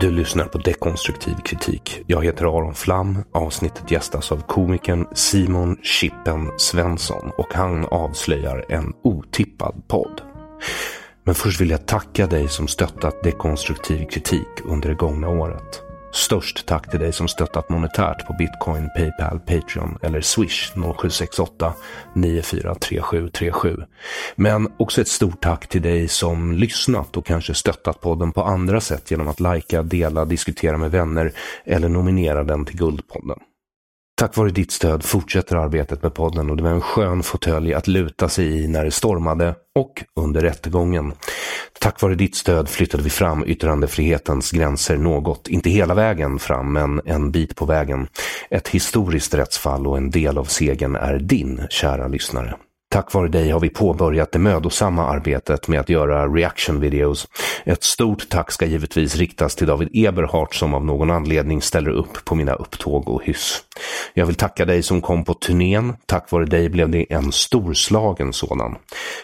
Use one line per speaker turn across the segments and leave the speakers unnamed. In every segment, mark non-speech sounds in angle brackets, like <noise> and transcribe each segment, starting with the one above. Du lyssnar på Dekonstruktiv kritik. Jag heter Aron Flam. Avsnittet gästas av komikern Simon Chippen Svensson och han avslöjar en otippad podd. Men först vill jag tacka dig som stöttat Dekonstruktiv kritik under det gångna året. Störst tack till dig som stöttat monetärt på Bitcoin, Paypal, Patreon eller Swish 0768 943737. Men också ett stort tack till dig som lyssnat och kanske stöttat podden på andra sätt genom att lajka, dela, diskutera med vänner eller nominera den till Guldpodden. Tack vare ditt stöd fortsätter arbetet med podden och det var en skön fåtölj att luta sig i när det stormade och under rättegången. Tack vare ditt stöd flyttade vi fram yttrandefrihetens gränser något, inte hela vägen fram men en bit på vägen. Ett historiskt rättsfall och en del av segern är din, kära lyssnare. Tack vare dig har vi påbörjat det mödosamma arbetet med att göra reaction-videos. Ett stort tack ska givetvis riktas till David Eberhardt som av någon anledning ställer upp på mina upptåg och hyss. Jag vill tacka dig som kom på turnén. Tack vare dig blev det en storslagen sådan.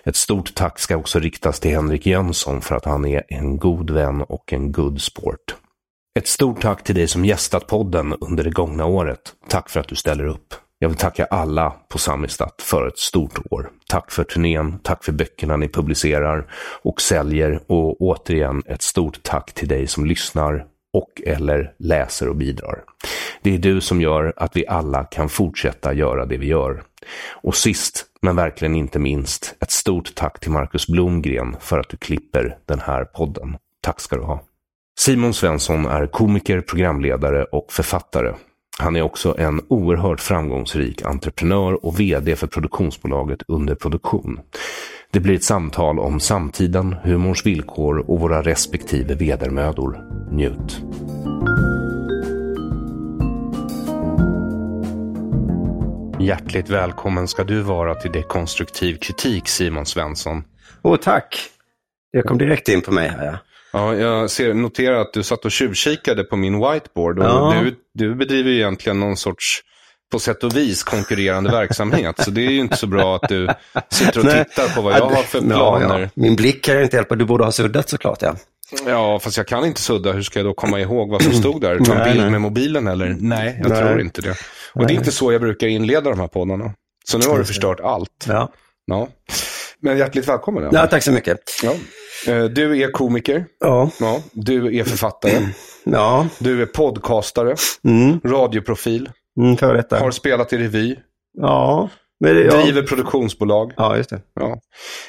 Ett stort tack ska också riktas till Henrik Jönsson för att han är en god vän och en good sport. Ett stort tack till dig som gästat podden under det gångna året. Tack för att du ställer upp. Jag vill tacka alla på Samistat för ett stort år. Tack för turnén, tack för böckerna ni publicerar och säljer och återigen ett stort tack till dig som lyssnar och eller läser och bidrar. Det är du som gör att vi alla kan fortsätta göra det vi gör. Och sist, men verkligen inte minst, ett stort tack till Marcus Blomgren för att du klipper den här podden. Tack ska du ha. Simon Svensson är komiker, programledare och författare. Han är också en oerhört framgångsrik entreprenör och VD för produktionsbolaget Underproduktion. Det blir ett samtal om samtiden, humorns villkor och våra respektive vedermödor. Njut! Hjärtligt välkommen ska du vara till Dekonstruktiv kritik, Simon Svensson.
Åh, tack. Jag kom direkt in på mig här. Ja.
Ja, jag ser, noterar att du satt och tjuvkikade på min whiteboard. Och
Ja.
du, du bedriver ju egentligen någon sorts, på sätt och vis, konkurrerande verksamhet. Så det är ju inte så bra att du sitter och
Nej.
tittar på vad jag har för
Ja,
planer.
ja. Min blick kan jag inte hjälpa. Du borde ha suddat såklart, ja.
Ja, fast jag kan inte sudda. Hur ska jag då komma ihåg vad som stod där? Ta en
Nej,
bild
nej.
med mobilen eller? Nej, jag
Nej.
tror inte det. Och det är inte så jag brukar inleda de här poddarna. Så nu har du förstört allt.
Ja.
Ja. Men hjärtligt välkommen. Emma.
ja tack så mycket.
Ja. Eh, Du är komiker.
Ja,
Ja. Du är författare.
ja.
Du är podcastare,
Mm.
radioprofil,
Mm, för detta.
har spelat i revy,
Ja, men det, ja.
driver produktionsbolag.
ja, just det.
Ja.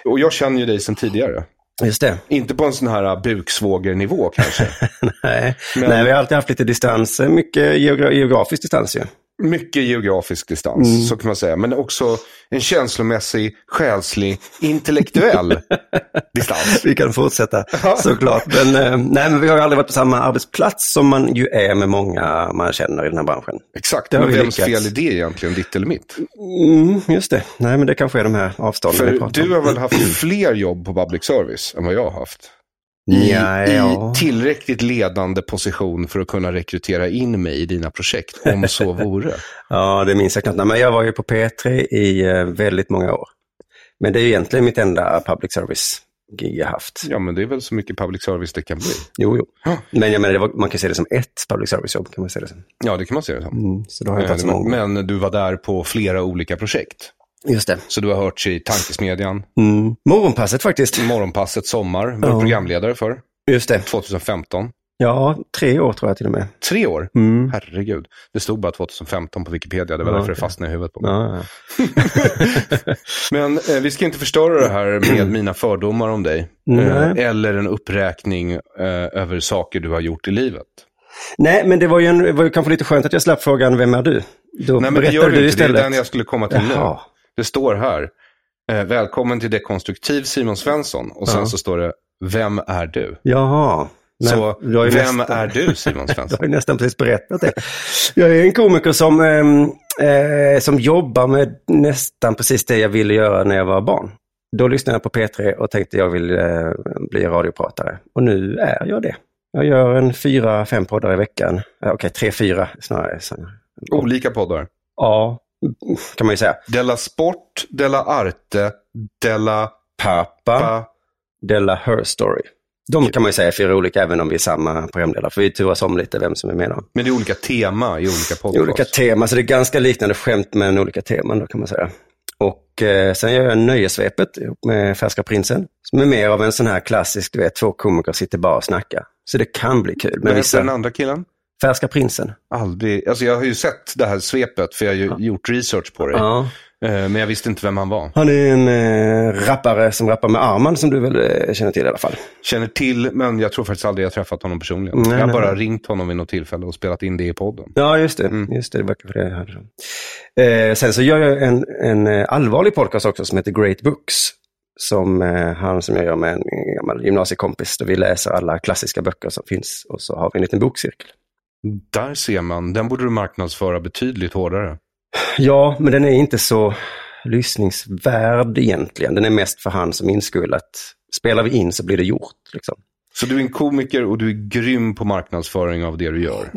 Och jag känner ju dig sedan tidigare.
Just det.
Inte på en sån här uh, buksvågernivå <laughs> kanske.
Nej.
Men-
Nej, vi har alltid haft lite distans, mycket geogra- geografisk distans ju.
Mycket geografisk distans,
Mm.
så kan man säga. Men också en känslomässig, själslig,
<laughs>
intellektuell distans.
Vi kan fortsätta
Ja.
såklart. Men, eh, nej, men vi har ju aldrig varit på samma arbetsplats som man ju är med många man känner i den här branschen.
Exakt,
Det har
men
vi
vems
lyckats.
fel är det egentligen? Ditt eller mitt?
Mm, just det. Nej, men det kanske är de här avstånden vi
För
pratar
du
om.
har väl haft fler jobb på public service än vad jag har haft? I,
Ja, ja.
I tillräckligt ledande position för att kunna rekrytera in mig i dina projekt, om så vore.
Ja, det minns jag knappt. Nej, men jag var ju på P3 i eh, väldigt många år. Men det är ju egentligen mitt enda public service-gig jag haft.
Ja, men det är väl så mycket public service det kan bli.
Jo, jo.
Ja.
Men jag menar, det var, man kan se det som ett public service-jobb. Kan man se det som.
Ja, det kan man se det som.
Mm, så då har jag inte haft så
Eh,
många.
men, men du var där på flera olika projekt.
Just det.
Så du har hört i Tankesmedjan,
Mm. Morgonpasset faktiskt.
Morgonpasset Sommar, var du
Ja.
programledare för,
Just det.
2015.
Ja, tre år tror jag till och med.
Tre år?
Mm.
Herregud. Det stod bara 2015 på Wikipedia, det var
Ja,
därför det
okej.
fastnade i huvudet på mig.
Ja, ja.
Men eh, vi ska inte förstöra det här med mina fördomar om dig. Eh,
Mm. Nej.
eller en uppräkning eh, över saker du har gjort i livet.
Nej, men det var, ju en, det var ju kanske lite skönt att jag slapp frågan vem är du? Då
Nej, men det
berättade
gör du
du
inte. Det är
istället.
den jag skulle komma till nu.
Jaha.
Det står här, eh, välkommen till Dekonstruktiv Simon Svensson. Och sen
Ja.
så står det, vem är du?
Jaha. Nej,
så,
du har ju
vem
nästan-
är du Simon
Jag har <laughs>
Svensson?
ju nästan precis berättat det. Jag är en komiker som, ehm, eh, som jobbar med nästan precis det jag ville göra när jag var barn. Då lyssnade jag på P3 och tänkte jag vill eh, bli radiopratare. Och nu är jag det. Jag gör en fyra, fem poddar i veckan. Eh, Okej, tre, fyra snarare. snarare.
Olika poddar.
Ja, kan man ju säga.
Della Sport, Della Arte, Della
Pappa,
Pa.
Della Her Story. De kan man ju säga är fyra olika, även om vi är samma programledare. För vi turas om lite vem som är med. Då.
Men det är olika tema i olika
I
poddar.
olika teman, så det är ganska liknande skämt men olika teman då kan man säga. Och eh, sen gör jag Nöjesvepet ihop med Färska Prinsen, som är mer av en sån här klassisk, du vet, två komiker sitter bara och snackar. Så det kan bli kul.
Vad
Men
heter den
vissa,
andra killen?
Färska Prinsen,
Aldrig, alltså jag har ju sett det här svepet för jag har ju gjort research på det.
ja.
Eh, Men jag visste inte vem han var.
han är en eh, rappare som rappar med Arman, som du väl eh, känner till i alla fall.
Känner till, men jag tror faktiskt aldrig jag träffat honom personligen.
Nej,
jag har
nej,
bara
nej.
ringt honom vid något tillfälle och spelat in det i podden.
Ja, just det.
Mm.
Just det, det var kanske det jag hörde. Eh, sen så gör jag en, en eh, allvarlig podcast också som heter Great Books. Som eh, han som jag gör med en gammal gymnasiekompis. Där vi läser alla klassiska böcker som finns och så har vi en liten bokcirkel.
Där ser man, den borde du marknadsföra betydligt hårdare.
Ja, men den är inte så lyssningsvärd egentligen. Den är mest för han som inskulat. Spelar vi in så blir det gjort. Liksom.
Så du är en komiker och du är grym på marknadsföring av det du
<laughs>
gör.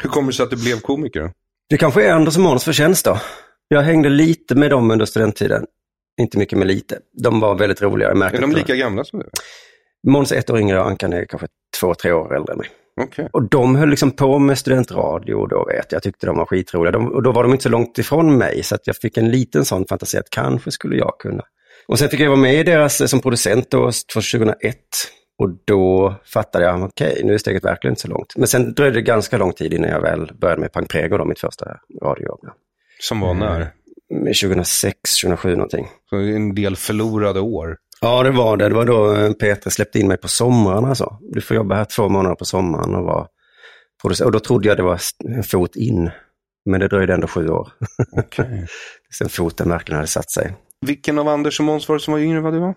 Hur kommer det sig att du blev komiker?
Det kanske är Anders och Måns förtjänst då. Jag hängde lite med dem under studenttiden. Inte mycket med lite. De var väldigt roliga. Jag märkte
Är de
att-
lika gamla som du?
Måns är ett år yngre och Ankan är kanske två, tre år äldre än mig.
Okej.
Och de höll liksom på med studentradio då vet jag. Jag tyckte de var skitroliga. De, och då var de inte så långt ifrån mig så att jag fick en liten sån fantasi att kanske skulle jag kunna. Och sen fick jag vara med i deras eh, som producent då, 2001. Och då fattade jag, okej, nu är steget verkligen inte så långt. Men sen dröjde det ganska lång tid innan jag väl började med Pank Prego, då, mitt första radiojobb.
Som
Eh.
var när?
Men 2006, 2007 någonting.
Så det är en del förlorade år.
Ja, det var det. Det var då eh, Peter släppte in mig på sommaren. Alltså. Du får jobba här två månader på sommaren och vara producent. Och då trodde jag det var st- en fot in. Men det dröjde ändå sju år.
Okej.
Sen foten verkligen hade satt sig.
Vilken av Anders och Måns var det som var yngre än vad du var?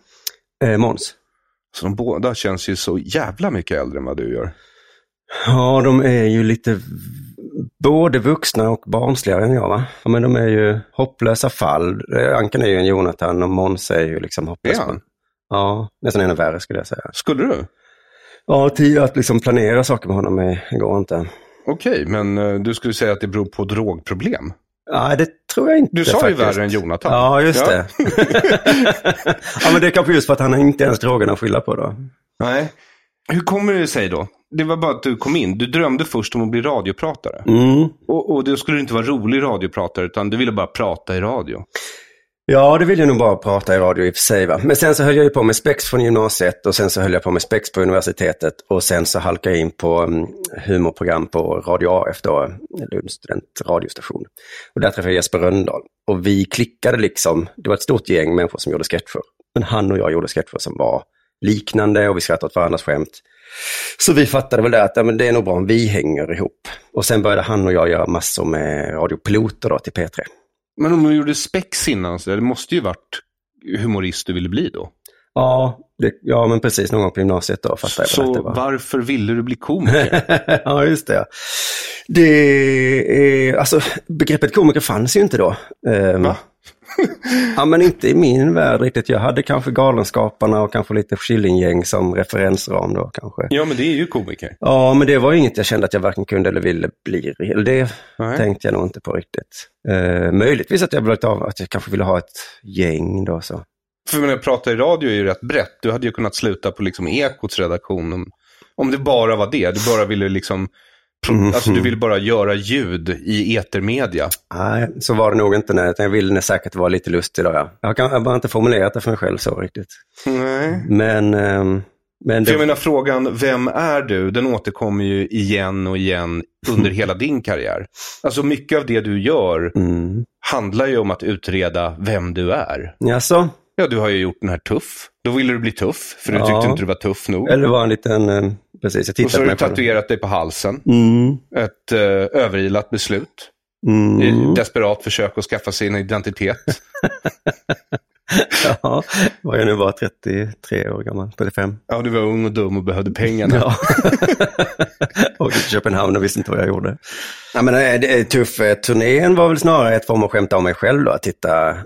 Eh, Måns?
Så de båda känns ju så jävla mycket äldre än vad du gör.
Ja, de är ju lite v- både vuxna och barnsligare än jag. va? Ja, men de är ju hopplösa fall. Eh, Ankan är ju en Jonathan och Måns är ju liksom hopplös.
Är han?
Ja, nästan ännu värre skulle jag säga.
Skulle du?
Ja, till att liksom planera saker med honom är- går inte.
Okej, men eh, du skulle säga att det beror på drogproblem.
Nej, det tror jag inte
Du sa ju
faktiskt.
värre än Jonathan.
Ja, just
Ja. <laughs>
det. ja, men det är kanske just för att han inte ens drogerna att skylla på då.
Nej. Hur kommer det sig då? Det var bara att du kom in. Du drömde först om att bli radiopratare.
Mm.
Och, och då skulle du inte vara rolig radiopratare, utan du ville bara prata i radio.
Ja, det vill jag nog bara prata i radio i och för sig. Va? Men sen så höll jag ju på med spex från gymnasiet och sen så höll jag på med spex på universitetet och sen så halkade jag in på um, humorprogram på Radio AF då, Lunds studentradiostation. Och där träffade jag Jesper Rönndahl och vi klickade liksom, det var ett stort gäng människor som gjorde sketcher. Men han och jag gjorde sketcher som var liknande och vi skrattade åt varandras skämt. Så vi fattade väl det att ja, men det är nog bra om vi hänger ihop. Och sen började han och jag göra massor med radiopiloter då till P3.
Men om du gjorde spex innan, så det måste ju varit humorist du ville bli då?
Ja, det, ja men precis någon gång på gymnasiet då fattade jag väl
Så
att det var.
varför ville du bli <laughs> komiker?
<laughs> ja, just det. Det är, alltså, begreppet komiker fanns ju inte då. Ehm,
Va?
<laughs> ja, men inte i min värld riktigt. Jag hade kanske Galenskaparna och kanske lite Killinggäng som referensram då kanske.
ja, men det är ju komiker.
Ja, men det var ju inget jag kände att jag varken kunde eller ville bli. Eller det
Nej.
tänkte jag nog inte på riktigt. Eh, möjligtvis att jag blivit av att jag kanske ville ha ett gäng då. Så.
För när jag pratar i radio är ju rätt brett. Du hade ju kunnat sluta på liksom Ekots redaktion om, om det bara var det. Du bara ville liksom...
Mhm.
Alltså du ville bara göra ljud i etermedia.
Nej, så var det nog inte. Nej. utan Jag ville säkert vara lite lustig då. Ja. Jag kan- jag har bara inte formulerat det för mig själv så riktigt.
Nej.
Men, ehm, men
För jag
det,
menar frågan, vem är du? Den återkommer ju igen och igen under hela din karriär. Alltså mycket av det du gör
mm.
handlar ju om att utreda vem du är.
Jaså?
Ja, du har ju gjort den här tuff. Då ville du bli tuff, för du
Ja.
tyckte inte du var tuff nog.
Eller var en liten... ehm, precis, jag
Och så har
tittade på
du
mig själv.
tatuerat dig på halsen.
Mm.
Ett eh, överilat beslut.
Mm.
Ett desperat försök att skaffa sig en identitet.
<laughs> Ja, var jag nu bara 33 år gammal, 35.
<laughs> Ja, du var ung och dum och behövde pengarna.
Ja. och i Köpenhamn och visste inte vad jag gjorde. Nej, men eh, det är tuff eh, turnén var väl snarare ett form att skämta om mig själv då, att titta eh,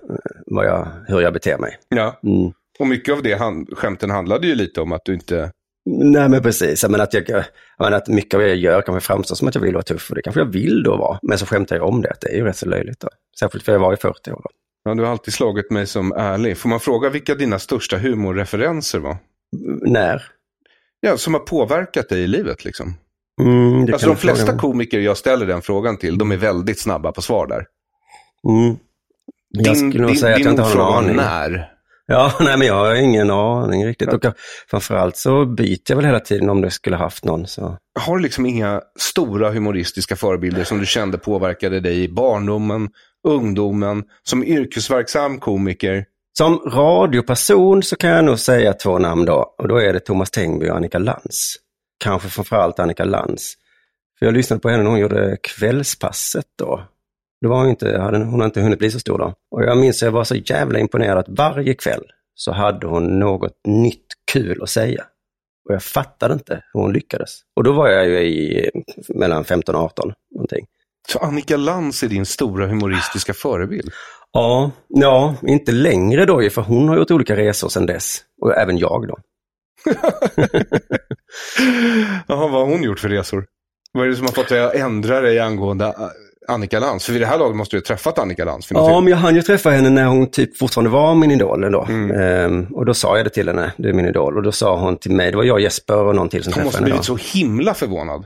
vad jag, hur jag beter mig.
Ja.
Mm.
Och mycket av det han, skämten handlade ju lite om att du inte...
Nej, men precis. Jag menar att, jag, jag menar att mycket av det jag gör kanske framstår som att jag vill vara tuff och det kanske jag vill då vara. Men så skämtar jag om det, att det är ju rätt så löjligt då. Särskilt för jag var i 40 år då.
Ja, du har alltid slagit mig som ärlig. Får man fråga vilka dina största humorreferenser var?
Mm, När?
Ja, som har påverkat dig i livet liksom.
Mm, det
Alltså de
kan du fråga
flesta
mig.
komiker jag ställer den frågan till, de är väldigt snabba på svar där.
Mm. Jag skulle nog säga att jag inte har någon
fråga
aning.
När?
Ja, <laughs> nej men jag har ingen aning riktigt. Och jag, framförallt så byter jag väl hela tiden om du skulle haft någon. Så.
Har du liksom inga stora humoristiska förebilder som du kände påverkade dig i barndomen, ungdomen, som yrkesverksam komiker?
Som radioperson så kan jag nog säga två namn då. Och då är det Thomas Tengby och Annika Lantz. Kanske framförallt Annika Lantz. För jag lyssnade på henne när hon gjorde Kvällspasset då. Det var hon, inte, hade, hon hade inte hunnit bli så stor då. Och jag minns att jag var så jävla imponerad att varje kväll så hade hon något nytt kul att säga. Och jag fattade inte hur hon lyckades. Och då var jag ju i mellan 15 och 18 någonting.
Så Annika Lantz är din stora humoristiska förebild?
Ja, ja, inte längre då ju, för hon har gjort olika resor sedan dess. Och även jag då.
Jaha, vad har hon gjort för resor? Vad är det som har fått dig att ändra dig angående eh, Annika Lantz? För vid det här laget måste du ha träffat Annika Lantz. för
Ja,
någonting.
men jag hann ju träffa henne när hon typ fortfarande var min idol ändå.
Mm.
Ehm, och då sa jag det till henne, du är min idol. Och då sa hon till mig, det var jag, Jesper och någon till som
Hon
träffade
måste ha
henne. Då.
blivit så himla förvånad.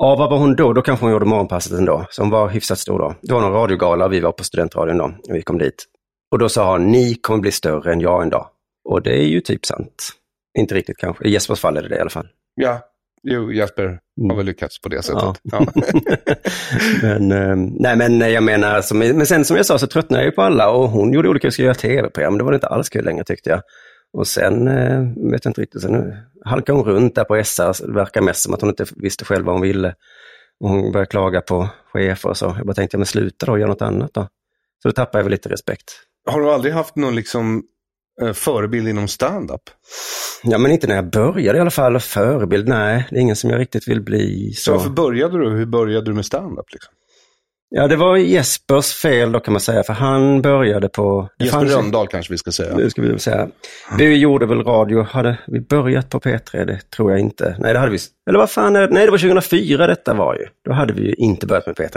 Ja, vad var hon då? Då kanske hon gjorde morgonpasset ändå. Så hon var hyfsat stor då. Det var någon radiogala och vi var på studentradion då. Och vi kom dit. Och då sa hon, ni kommer bli större än jag en dag. Och det är ju typ sant. Inte riktigt kanske. I Jespers fall är det det i alla fall.
Ja, jo, Jesper har
Mm.
väl lyckats på det
Ja.
sättet.
<laughs>
Ja.
men, eh, nej, men eh, jag menar, alltså, men men sen som jag sa så tröttnade jag ju på alla och hon gjorde olika, skulle göra tv-program, det var inte alls kul längre tyckte jag. Och sen, eh, vet jag inte riktigt, sen halkade hon runt där på SR, det verkar mest som att hon inte visste själv vad hon ville. Och hon började klaga på chefer och så. Jag bara tänkte, ja, men sluta då, gör något annat då. Så då tappade jag väl lite respekt.
Har du aldrig haft någon liksom, eh, förebild inom stand-up?
Ja, men inte när jag började i alla fall, förebild, nej, det är ingen som jag riktigt vill bli.
Så varför började du? Hur började du med stand-up? Liksom?
Ja, det var Jespers fel då kan man säga, för han började på... det
Jesper
fanns-
Rönndahl kanske vi ska säga.
Det ska vi väl säga. Vi gjorde väl radio, hade vi börjat på P3? Det tror jag inte. Nej, det hade vi. Eller vad fan, är det? nej det var 2004 detta var ju. Då hade vi ju inte börjat med P3.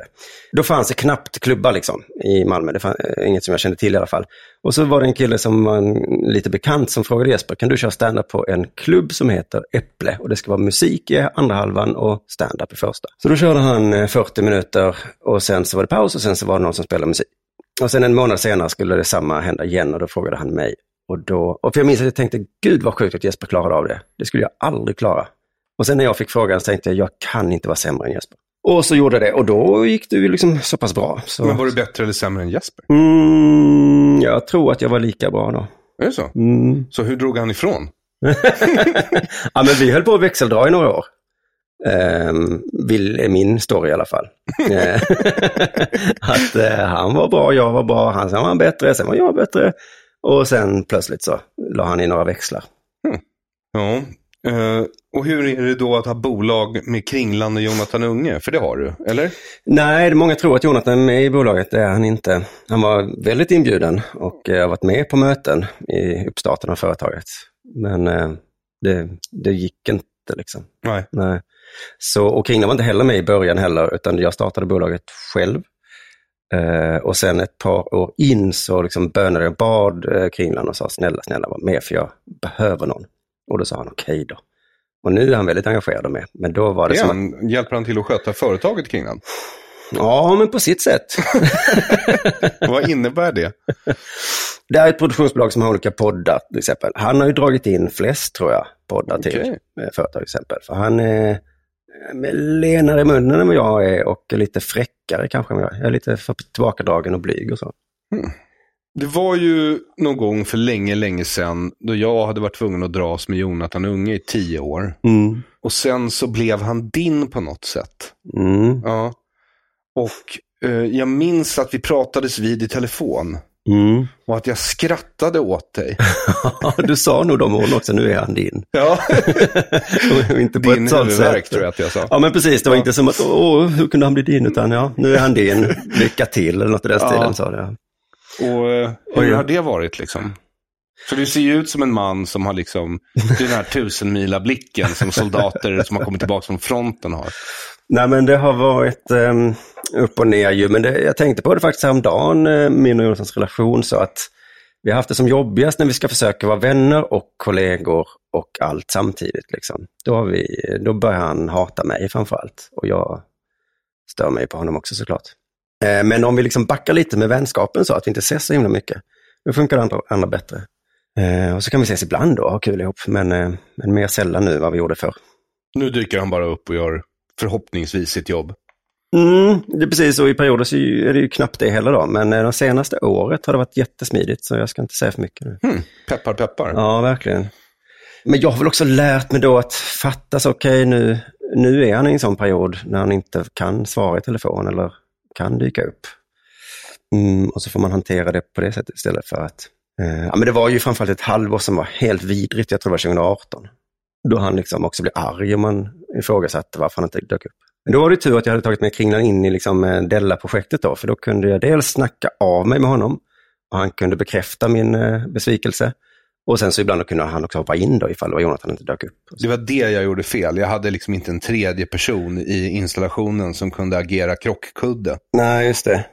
Då fanns det knappt klubbar liksom i Malmö. Det fanns inget som jag kände till i alla fall. Och så var det en kille som var en, lite bekant som frågade Jesper, kan du köra stand-up på en klubb som heter Äpple? Och det ska vara musik i andra halvan och stand-up i första. Så då körde han eh, 40 minuter och sen så var det paus och sen så var det någon som spelade musik. Och sen en månad senare skulle detsamma hända igen och då frågade han mig. Och, då, och för jag minns att jag tänkte, gud vad sjukt att Jesper klarade av det. Det skulle jag aldrig klara. Och sen när jag fick frågan så tänkte jag, jag kan inte vara sämre än Jesper. Och så gjorde jag det och då gick det ju liksom så pass bra. Så.
Men var du bättre eller sämre än Jesper?
mm, jag tror att jag var lika bra då.
Är det så?
Mm.
Så hur drog han ifrån?
ja, men vi höll på att växeldra i några år. Ehm, vill är min story i alla fall. Ehm, <laughs> att eh, han var bra, jag var bra, han sen var han bättre, sen var jag bättre. Och sen plötsligt så la han i några växlar.
Ja. eh, och hur är det då att ha bolag med Kringland och Jonathan Unge? För det har du, eller?
Nej, det- många tror att Jonathan är med i bolaget, det är han inte. Han var väldigt inbjuden och eh, har varit med på möten i uppstarten av företaget. Men eh, det, det gick inte liksom.
Nej.
Nej. Så, och Kringlan var inte heller med i början heller, utan jag startade bolaget själv. Eh, och sen ett par år in så liksom bönade jag och bad eh, Kringlan och sa snälla, snälla var med för jag behöver någon. Och då sa han okej då. Och nu är han väldigt engagerad och med. Men då var det
Det är
som att,
han, hjälper han till att sköta företaget Kringland?
ja men på sitt sätt.
Vad innebär det?
Det här är ett produktionsbolag som har olika poddar till exempel. Han har ju dragit in flest tror jag, poddar till
Okej.
eh, företag till exempel. För han är eh, lenare i munnen än vad jag är och lite fräckare kanske än vad jag är. Jag är lite för tillbakadragen och blyg och så.
Det var ju någon gång för länge, länge sedan då jag hade varit tvungen att dras med Jonathan Unge i tio år.
Mm.
Och sen så blev han din på något sätt.
Mm.
Ja. Och eh, jag minns att vi pratades vid i telefon.
Mm.
Och att jag skrattade åt
<laughs>
dig.
du sa nog de orden också, nu är han din.
Ja,
Och inte på
din
ett sånt
huvudvärk
sätt.
tror jag att jag sa.
Ja men precis, det var inte som att åh, hur kunde han bli din, utan ja, nu är han din, lycka till eller något i den
Ja.
stilen sa det.
Och eh,
Oj.
hur har det varit liksom? För du ser ju ut som en man som har liksom, det är den här tusenmila blicken som soldater som har kommit tillbaka från fronten har.
Nej men det har varit ehm, upp och ner ju, men det, jag tänkte på det faktiskt häromdagen, eh, min och Jonathans relation, så att vi har haft det som jobbigast när vi ska försöka vara vänner och kollegor och allt samtidigt. Liksom. Då, har vi, då börjar han hata mig framför allt och jag stör mig på honom också såklart. Eh, men om vi liksom backar lite med vänskapen så att vi inte ses så himla mycket, då funkar det andra, andra bättre. Eh, och så kan vi ses ibland och ha kul ihop, men, eh, men mer sällan nu än vad vi gjorde förr.
Nu dyker han bara upp och gör förhoppningsvis sitt jobb.
Mm, det är precis så. I perioder så är det ju knappt det heller då. Men eh, det senaste året har det varit jättesmidigt så jag ska inte säga för mycket nu.
Hmm. Peppar, peppar.
Ja, verkligen. Men jag har väl också lärt mig då att fatta så, okej nu, nu är han i en sån period när han inte kan svara i telefon eller kan dyka upp. Mm, och så får man hantera det på det sättet istället för att... Eh, ja, men det var ju framförallt ett halvår som var helt vidrigt, jag tror det var 2018. Då han liksom också blev arg om man ifrågasatte varför han inte dök upp. Men då var det tur att jag hade tagit med Kringlan in i liksom eh, Della-projektet då, för då kunde jag dels snacka av mig med honom och han kunde bekräfta min eh, besvikelse. Och sen så ibland kunde han också hoppa in då ifall det var Jonathan inte dök upp.
Det var det jag gjorde fel. Jag hade liksom inte en tredje person i installationen som kunde agera krockkudde.
Nej, just det.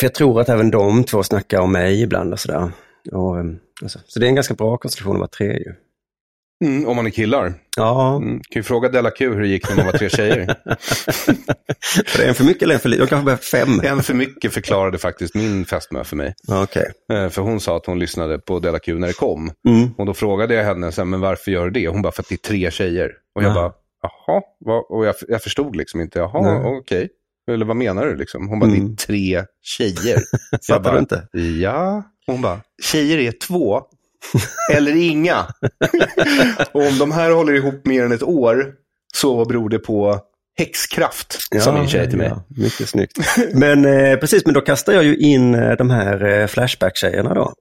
För jag tror att även de två snackar om mig ibland och sådär. Och, eh, alltså. Så det är en ganska bra konstruktion att vara tre ju.
Mm, om man är killar.
Ja,
Mm. Kan ju fråga Della Q hur det gick när man var tre tjejer.
<laughs> för det är en för mycket eller en för lite? De kanske behöver fem.
en för mycket förklarade faktiskt min fästmö för mig.
Ja, Okej.
Eh, För hon sa att hon lyssnade på Della Q när det kom.
Mm.
Och då frågade jag henne, så här, men varför gör du det? Hon bara, för att det är tre tjejer. Och jag
Ah.
bara, jaha? Vad? Och jag, jag förstod liksom inte, jaha,
Nej.
okej. Eller vad menar du liksom? Hon bara, det
Mm.
är tre
<laughs>
tjejer.
Fattar
jag
du
bara,
inte?
ja. Hon bara, tjejer är
<laughs>
två. Eller inga. <laughs> och om de här håller ihop mer än ett år så beror det på häxkraft, sa min tjej till mig.
Ja, mycket snyggt. Men eh, precis, men då kastar jag ju in eh, de här eh, Flashback-tjejerna då.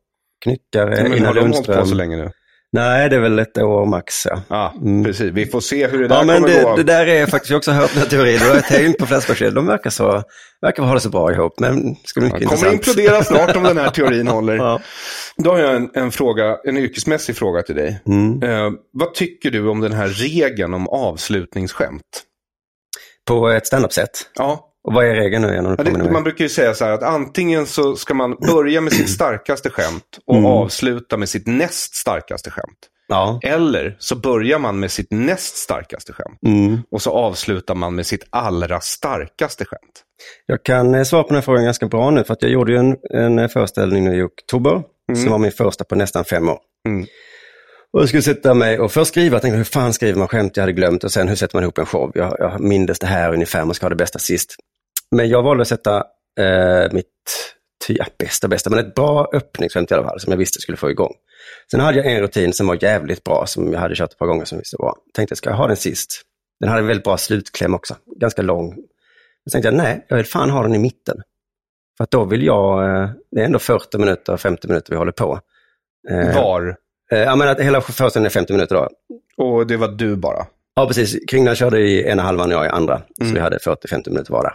Knyckare,
Ja, men
Ina
har de hållit på
Lundström.
så länge nu?
Nej, det är väl ett år max. Ja.
Ja,
Mm.
precis. Vi får se hur det där
Ja, men
kommer
det,
gå.
det där är faktiskt, jag har också hört den här teorin och jag har tänkt på Flashback-tjejer. De verkar så, verkar ha det så bra ihop, men det ska bli mycket
Jag kommer
intressant.
implodera snart om den <laughs> här teorin håller.
Ja.
Då har jag en, en, fråga, en yrkesmässig fråga till dig.
Mm.
Eh, vad tycker du om den här regeln om avslutningsskämt?
På ett standup-sätt.
Ja,
Och vad är regeln nu igen? om du
det,
påminner mig?
man brukar ju säga så här att antingen så ska man börja med sitt starkaste skämt och avsluta med sitt näst starkaste skämt.
Ja.
Eller så börjar man med sitt näst starkaste skämt
Mm.
och så avslutar man med sitt allra starkaste skämt.
Jag kan eh, svara på den här frågan ganska bra nu, för att jag gjorde ju en, en eh, föreställning nu i oktober, som var min första på nästan fem år.
Mm.
Och jag skulle sätta mig och först skriva, jag tänkte hur fan skriver man skämt, jag hade glömt, och sen hur sätter man ihop en show? Jag, jag mindes det här ungefär, man ska ha det bästa sist. Men jag valde att sätta eh, mitt, ty, ja, bästa bästa, men ett bra öppningsskämt i alla fall, som jag visste skulle få igång. Sen hade jag en rutin som var jävligt bra, som jag hade kört ett par gånger som visste var. Tänkte jag ska jag ha den sist. Den hade en väldigt bra slutkläm också, ganska lång. Men tänkte jag, nej, jag vill fan ha den i mitten. För att då vill jag, eh, det är ändå 40 minuter, 50 minuter vi håller på. Eh,
Var.
eh, Ja, men att hela föreställningen är 50 minuter då.
Och det var du bara.
Ja, precis. Kringlan körde i ena halvan och jag i andra. Så vi hade 40-50 minuter vardera.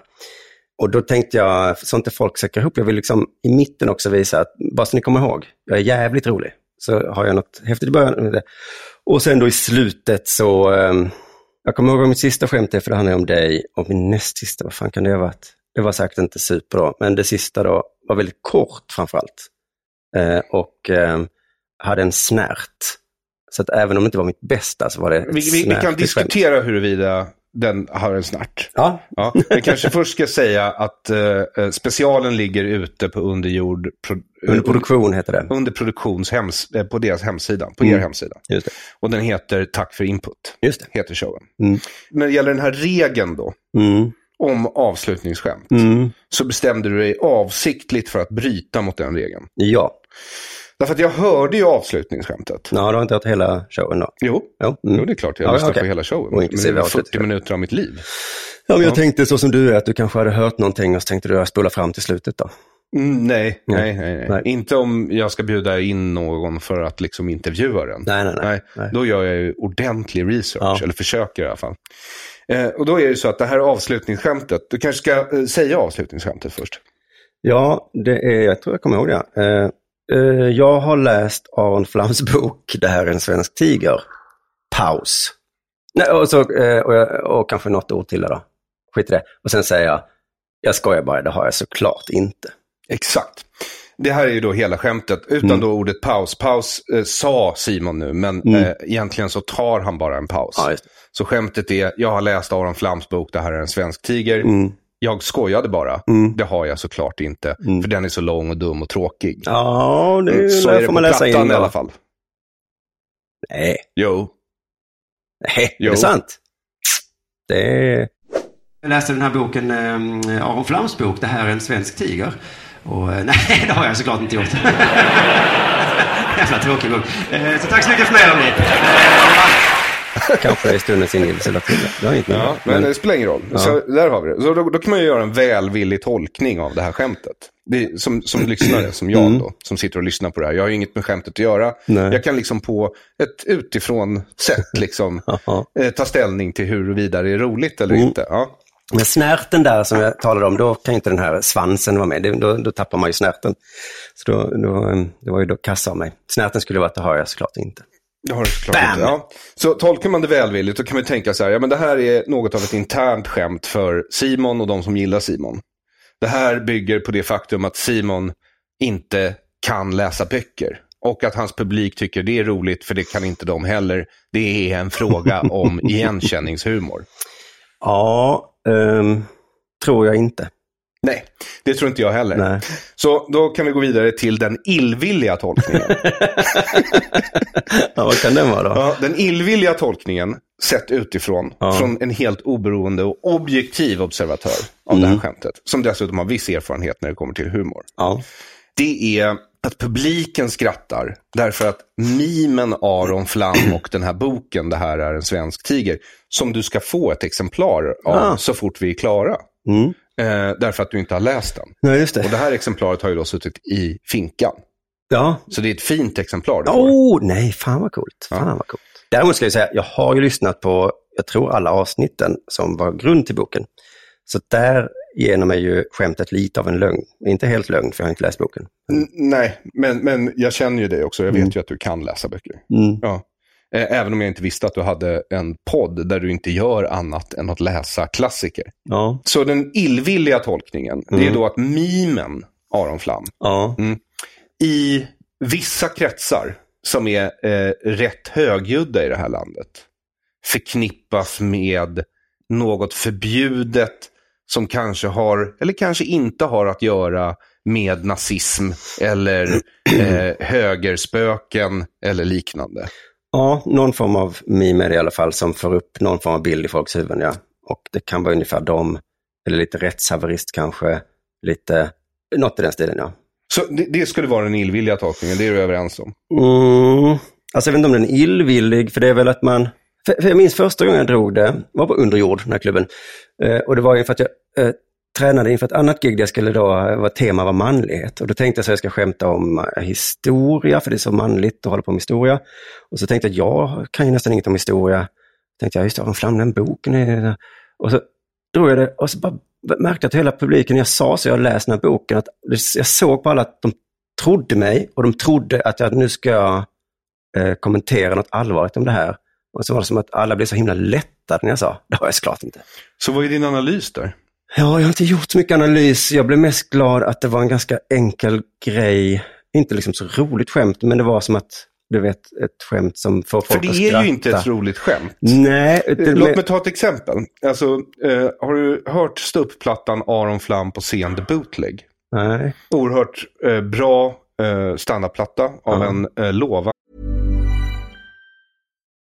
Och då tänkte jag, så inte folk säkrar ihop, jag vill liksom i mitten också visa att, bara så ni kommer ihåg, jag är jävligt rolig. Så har jag något häftigt i början. med det. Och sen då i slutet så, ehm, jag kommer ihåg vad mitt sista skämt är, för det handlar ju om dig. Och min näst sista, vad fan kan det ha varit? Det var säkert inte superbra, men det sista då var väldigt kort framförallt. Eh, och ehm, hade en snärt. Så att även om det inte var mitt bästa så var det ett
Vi, vi, vi kan
snärtigt skämt.
diskutera huruvida den har en snart.
Ja,
Ja, vi kanske först ska säga att eh, specialen ligger ute på underjord... Pro, eh,
under produktion heter det.
under produktions hems, eh, på deras hemsida, på er
Mm.
hemsida.
Just det.
Och den heter Tack för input,
Just det.
heter showen.
Mm.
När det gäller den här regeln då,
Mm.
om avslutningsskämt,
Mm.
så bestämde du dig avsiktligt för att bryta mot den regeln.
Ja.
Därför att jag hörde ju avslutningsskämtet.
Nå, du har inte hört hela showen då?
Jo,
Jo. mm.
jo det är klart, jag
Ja,
lyssnade
okej.
på hela showen.
Och
Men det
inklusive
är 40
avslutningsskämt.
minuter av mitt liv.
Ja, men jag tänkte så som du är, att du kanske hade hört någonting och så tänkte du jag spolar fram till slutet då.
Mm, nej, nej,
Nej.
nej, nej,
Nej.
Inte om jag ska bjuda in någon för att liksom intervjua den.
Nej, nej, nej. Nej.
Då gör jag ju ordentlig research,
Ja.
eller försöker i alla fall. Eh, och då är det ju så att det här avslutningsskämtet, du kanske ska eh, säga avslutningsskämtet först.
Ja, det är, jag tror jag kommer ihåg det. Eh, eh, jag har läst Aron Flams bok Det här är en svensk tiger. Paus. Nej, och, så, eh, och, jag, och kanske något ord till då. Skit i det. Och sen säger jag, jag skojar bara, det har jag såklart inte.
Exakt. Det här är ju då hela skämtet, utan
Mm.
då ordet paus. Paus eh, sa Simon nu, men eh, egentligen så tar han bara en paus.
Ja, just det.
så skämtet är, jag har läst Aron Flams bok Det här är en svensk tiger.
Mm.
Jag skojade bara. Det har jag såklart inte, för den är så lång och dum och tråkig.
Mm.
Mm.
Ja, det är,
så är det
får
på
man läsa
plattan
in
i
då.
alla fall.
Nej,
Jo.
nej, det
Jo.
är sant. Det är...
Jag läste den här boken, eh, Aron Flams bok, Det här är en svensk tiger. Och, eh, <laughs> nej, det har jag såklart inte gjort. <laughs> Jävla tråkig bok. Eh, så tack så mycket för mig, hörni.
<laughs> Kanske i stundens ingivelse lade till det. Det har inget Mm. med
Ja,
det.
men
men,
det spelar ingen roll. Så där har vi det. Så då, då kan man ju göra en välvillig tolkning av det här skämtet. Det är, som, som lyssnare, som jag då, som sitter och lyssnar på det här. Jag har ju inget med skämtet att göra.
Mm. Nej.
Jag kan liksom på ett utifrån sätt
<laughs>
liksom,
Jaha.
eh, ta ställning till huruvida det är roligt eller
Mm.
inte. Ja.
men snärten där som jag talade om, då kan ju inte den här svansen vara med. Det, då, då tappar man ju snärten. Så då, då, eh, det var ju då kassa av mig. Snärten skulle vara att det har jag såklart inte.
Det har det såklart
Bam!
inte. Ja. Så tolkar man det välvilligt då kan man ju tänka så här, ja men det här är något av ett internt skämt för Simon och de som gillar Simon. Det här bygger på det faktum att Simon inte kan läsa böcker. Och att hans publik tycker det är roligt, för det kan inte de heller. Det är en
<laughs>
fråga om igenkänningshumor.
Ja, ehm, tror jag inte.
Nej, det tror inte jag heller.
Nej.
Så då kan vi gå vidare till den illvilliga tolkningen.
<laughs> Ja, vad kan den vara då?
Ja, den illvilliga tolkningen, sett utifrån, från en helt oberoende och objektiv observatör av det
Mm.
här skämtet, som dessutom har viss erfarenhet när det kommer till humor,
Ja.
det är att publiken skrattar därför att mimen Aron
<clears throat>
Flam och den här boken, Det här är en svensk tiger, som du ska få ett exemplar av så fort vi är klara,
Ah. Mm.
eh, därför att du inte har läst den.
Nej, just
Och det
det.
här exemplaret har ju då suttit i finkan.
Ja.
Så det är ett fint exemplar. du
Åh,
får.
oh, nej, fan vad coolt. Fan vad coolt. Däremot ska jag säga, jag har ju lyssnat på, jag tror alla avsnitten som var grund till boken. Så där genom är ju skämtet lite av en lögn. Inte helt lögn, för jag har inte läst boken.
N- Nej, men, men jag känner ju dig också. Jag vet ju att du kan läsa böcker. Ja. Eh, Även om jag inte visste att du hade en podd där du inte gör annat än att läsa klassiker.
Ja.
Så den illvilliga tolkningen, det är då att mimen Aron Flam
Ja.
i vissa kretsar som är eh, rätt högljudda i det här landet förknippas med något förbjudet som kanske har, eller kanske inte har att göra med nazism
<clears throat>
eller eh, högerspöken eller liknande.
ja, någon form av meme är det i alla fall som för upp någon form av bild i folks huvuden. Ja. Och det kan vara ungefär dem, eller lite rättshaverist kanske, lite, något i den stilen ja.
Så det, det skulle vara den illvilliga tolkningen, det är du överens om?
Mm. Alltså jag vet inte om den är illvillig, för det är väl att man... För, för jag minns första gången jag drog det, var på underjord, den här klubben. Eh, och det var inför att jag eh, tränade inför ett annat gig där jag skulle då, eh, vad tema var manlighet. Och då tänkte jag så att jag ska skämta om eh, historia, för det är så manligt att hålla på med historia. Och så tänkte jag, jag kan ju nästan inget om historia. Tänkte jag, just det, Aron Flam, den boken är... Och så drog jag det och så bara märkte jag att hela publiken, jag sa så, jag har läst den här boken, att jag såg på alla att de trodde mig och de trodde att jag nu ska jag eh, kommentera något allvarligt om det här. Och så var det som att alla blev så himla lättade när jag sa, det har jag såklart inte.
Så vad är din analys där?
Ja, jag har inte gjort så mycket analys. Jag blev mest glad att det var en ganska enkel grej. Inte liksom så roligt skämt, men det var som att, du vet, ett skämt som får folk
För
att
det
skratta.
är ju inte ett roligt skämt.
Nej, det,
Låt mig ta ett exempel. Alltså, eh, har du hört ståupplattan Aron Flam på scen The Bootleg?
nej.
Oerhört eh, bra eh, standardplatta av
Ja.
en eh, lovande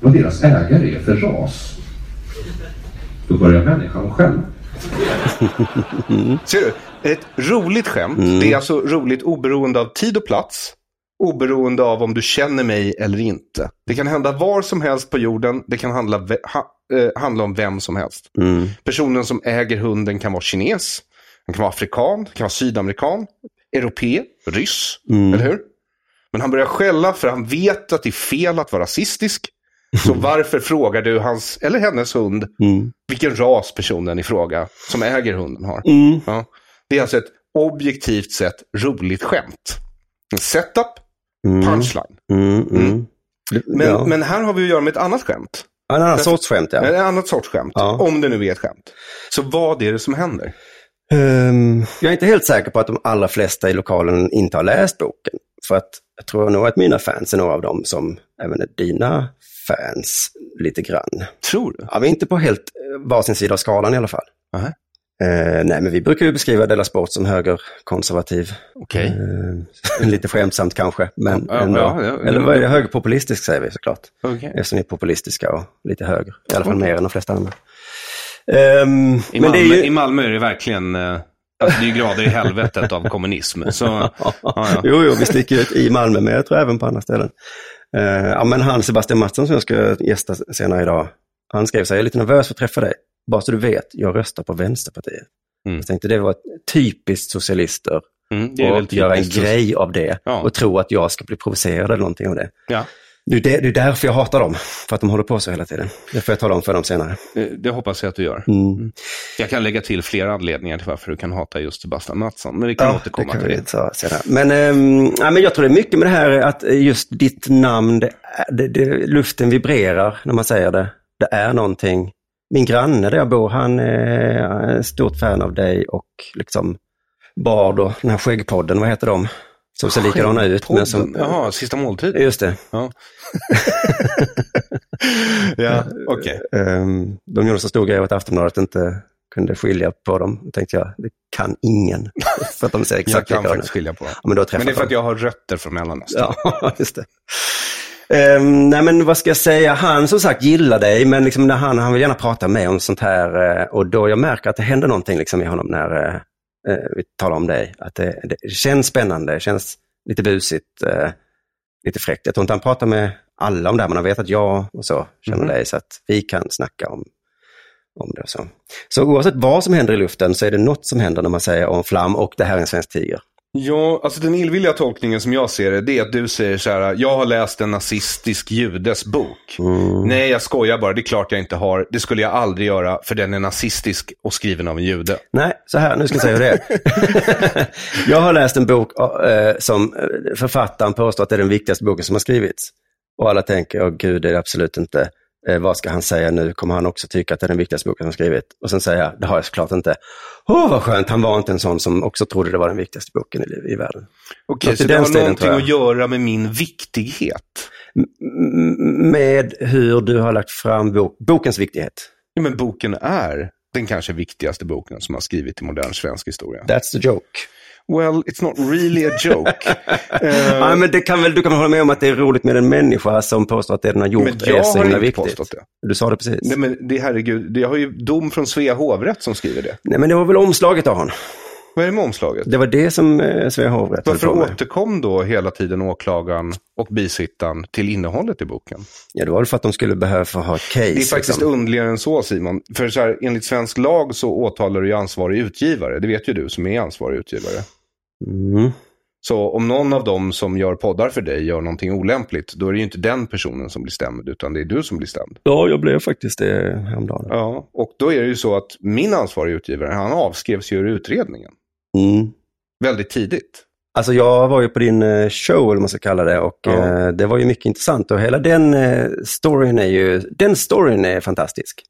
vad deras ägare är för ras, då börjar människan själv.
<laughs> Ser du? Ett roligt skämt. Det är alltså roligt oberoende av tid och plats. Oberoende av om du känner mig eller inte. Det kan hända var som helst på jorden. Det kan handla, ve- ha, eh, handla om vem som helst.
Mm.
Personen som äger hunden kan vara kines, han kan vara afrikan, kan vara sydamerikan, europé, ryss,
Mm.
eller hur? Men han börjar skälla för han vet att det är fel att vara rasistisk.
<laughs>
Så varför frågar du hans, eller hennes hund,
mm,
vilken ras personen i fråga som äger hunden har?
mm,
Ja. Det är alltså ett objektivt sett roligt skämt. En setup, punchline.
Mm, mm.
Men,
ja.
men här har vi att göra med ett annat skämt.
Ja, En annan sorts skämt, ja.
Ett annat sorts skämt.
Ja.
Om det nu är ett skämt. Så vad är det som händer?
Ehm, jag är inte helt säker på att de allra flesta i lokalen inte har läst boken. För att jag tror nog att mina fans är några av dem som även är dina fans lite grann.
Tror du?
Ja, vi är inte på helt eh, varsin sida av skalan i alla fall.
Aha.
Eh, nej, men vi brukar ju beskriva Della Sport som högerkonservativ.
Okej.
Eh, <laughs> lite skämtsamt kanske, men
Ja, ja,
ändå.
ja, ja.
Eller vad är det? Högerpopulistisk säger vi såklart.
Okej.
Eftersom vi är populistiska och lite höger. I alla fall mer än de flesta andra. Ehm,
I,
men det
Malmö,
är ju...
I Malmö är det verkligen eh, alltså det är ju grader i helvetet av kommunism.
<laughs>
Så, ja, ja.
Jo, jo, vi sticker ut i Malmö, men jag tror även på andra ställen. Eh, ja, men han Sebastian Mattsson som jag ska gästa senare idag, han skrev så här, jag är lite nervös för att träffa dig. Bara så du vet, jag röstar på Vänsterpartiet.
Mm.
Jag tänkte det var typiskt socialister
Mm, det är väl
att göra en
typiskt.
grej av det
Ja.
och tro att jag ska bli provocerad eller någonting av det.
Ja,
Det är, det, det är därför jag hatar dem, för att de håller på så hela tiden. Det får jag tala om för dem senare.
det, det hoppas jag att du gör.
Mm.
Jag kan lägga till flera anledningar till varför du kan hata just Sebastian Mattsson. Men vi kan återkomma
det
till
vi
det.
ta senare. Men, ehm, ja, men jag tror det är mycket med det här att just ditt namn, det, är- det, det, luften vibrerar när man säger det. Det är någonting. Min granne där jag bor, han är ett stort fan av dig och liksom Bard och den här skäggpodden, vad heter de? Som ser likadana ut. Men som,
Jaha, sista måltid.
just det. <laughs>
Ja, ja okej.
Ehm, de gjorde så stor grej av att Aftonbladet inte kunde skilja på dem. Då tänkte jag, det kan ingen. <laughs> För att de ser
Jag
exakt
kan
likadana ut.
faktiskt skilja på det.
Ja, men, då har jag
Men det är
träffat
för
dem.
att jag har rötter från Mellanöstern.
Ja, <laughs> just det. Ehm, nej men vad ska jag säga, han som sagt gillar dig men liksom när han, han vill gärna prata med om sånt här eh, och då jag märker att det händer någonting liksom i honom när eh, eh, vi talar om dig. Att det, det känns spännande, det känns lite busigt. eh, lite fräckt. Jag tror inte han pratar med alla om det här, men han vet att jag och så känner dig, så att vi kan snacka om, om det. Och så. så oavsett vad som händer i luften så är det något som händer när man säger om flam och det här är en svensk tiger.
Ja, alltså den illvilliga tolkningen som jag ser det, det är att du säger så här, jag har läst en nazistisk judes bok.
Mm.
Nej, jag skojar bara, det är klart jag inte har. Det skulle jag aldrig göra, för den är nazistisk och skriven av en jude.
Nej, så här, nu ska jag säga hur det är. jag har läst en bok eh, som eh, författaren påstår att det är den viktigaste boken som har skrivits. Och alla tänker, åh gud, det är det absolut inte. Eh, vad ska han säga nu? Kommer han också tycka att det är den viktigaste boken han har skrivit? Och sen säger jag, det har jag såklart inte. Åh, vad skönt, han var inte en sån som också trodde det var den viktigaste boken i, i världen.
Okej,
Något i
så det
den
har
stilen,
någonting
tror jag.
att göra med min viktighet.
M- Med hur du har lagt fram bok, bokens viktighet.
Ja, men boken är den kanske viktigaste boken som har skrivits i modern svensk historia.
That's the joke.
Well, it's not really a
<laughs>
joke. Eh,
Ja, men det kan väl, du kan väl hålla med om att det är roligt med en människa som påstår att det den har gjort
Men
är
jag
så
har
himla
inte
viktigt.
påstått det.
Du sa det precis.
Nej, men det, herregud, det har ju dom från Svea hovrätt som skriver det.
Nej, men det var väl omslaget av honom.
Vad är det med omslaget?
Det var det som eh, Svea hovrätt höll
Varför
på med.
återkom då hela tiden åklagaren och bisittaren till innehållet i boken?
Ja, det var väl för att de skulle behöva få ha case.
Det är faktiskt
liksom.
underligare än så Simon. För så här, enligt svensk lag så åtalar du ju ansvarig utgivare. Det vet ju du som är ansvarig utgivare.
Mm.
Så om någon av dem som gör poddar för dig gör någonting olämpligt, då är det ju inte den personen som blir stämd, utan det är du som blir stämd.
Ja, jag blev faktiskt det häromdagen.
Ja, och då är det ju så att min ansvariga utgivare, han avskrevs ju ur utredningen.
Mm.
Väldigt tidigt.
Alltså jag var ju på din eh, show, eller vad man ska kalla det, och
Ja.
eh, det var ju mycket intressant. Och hela den eh, storyn är ju, den storyn är fantastisk.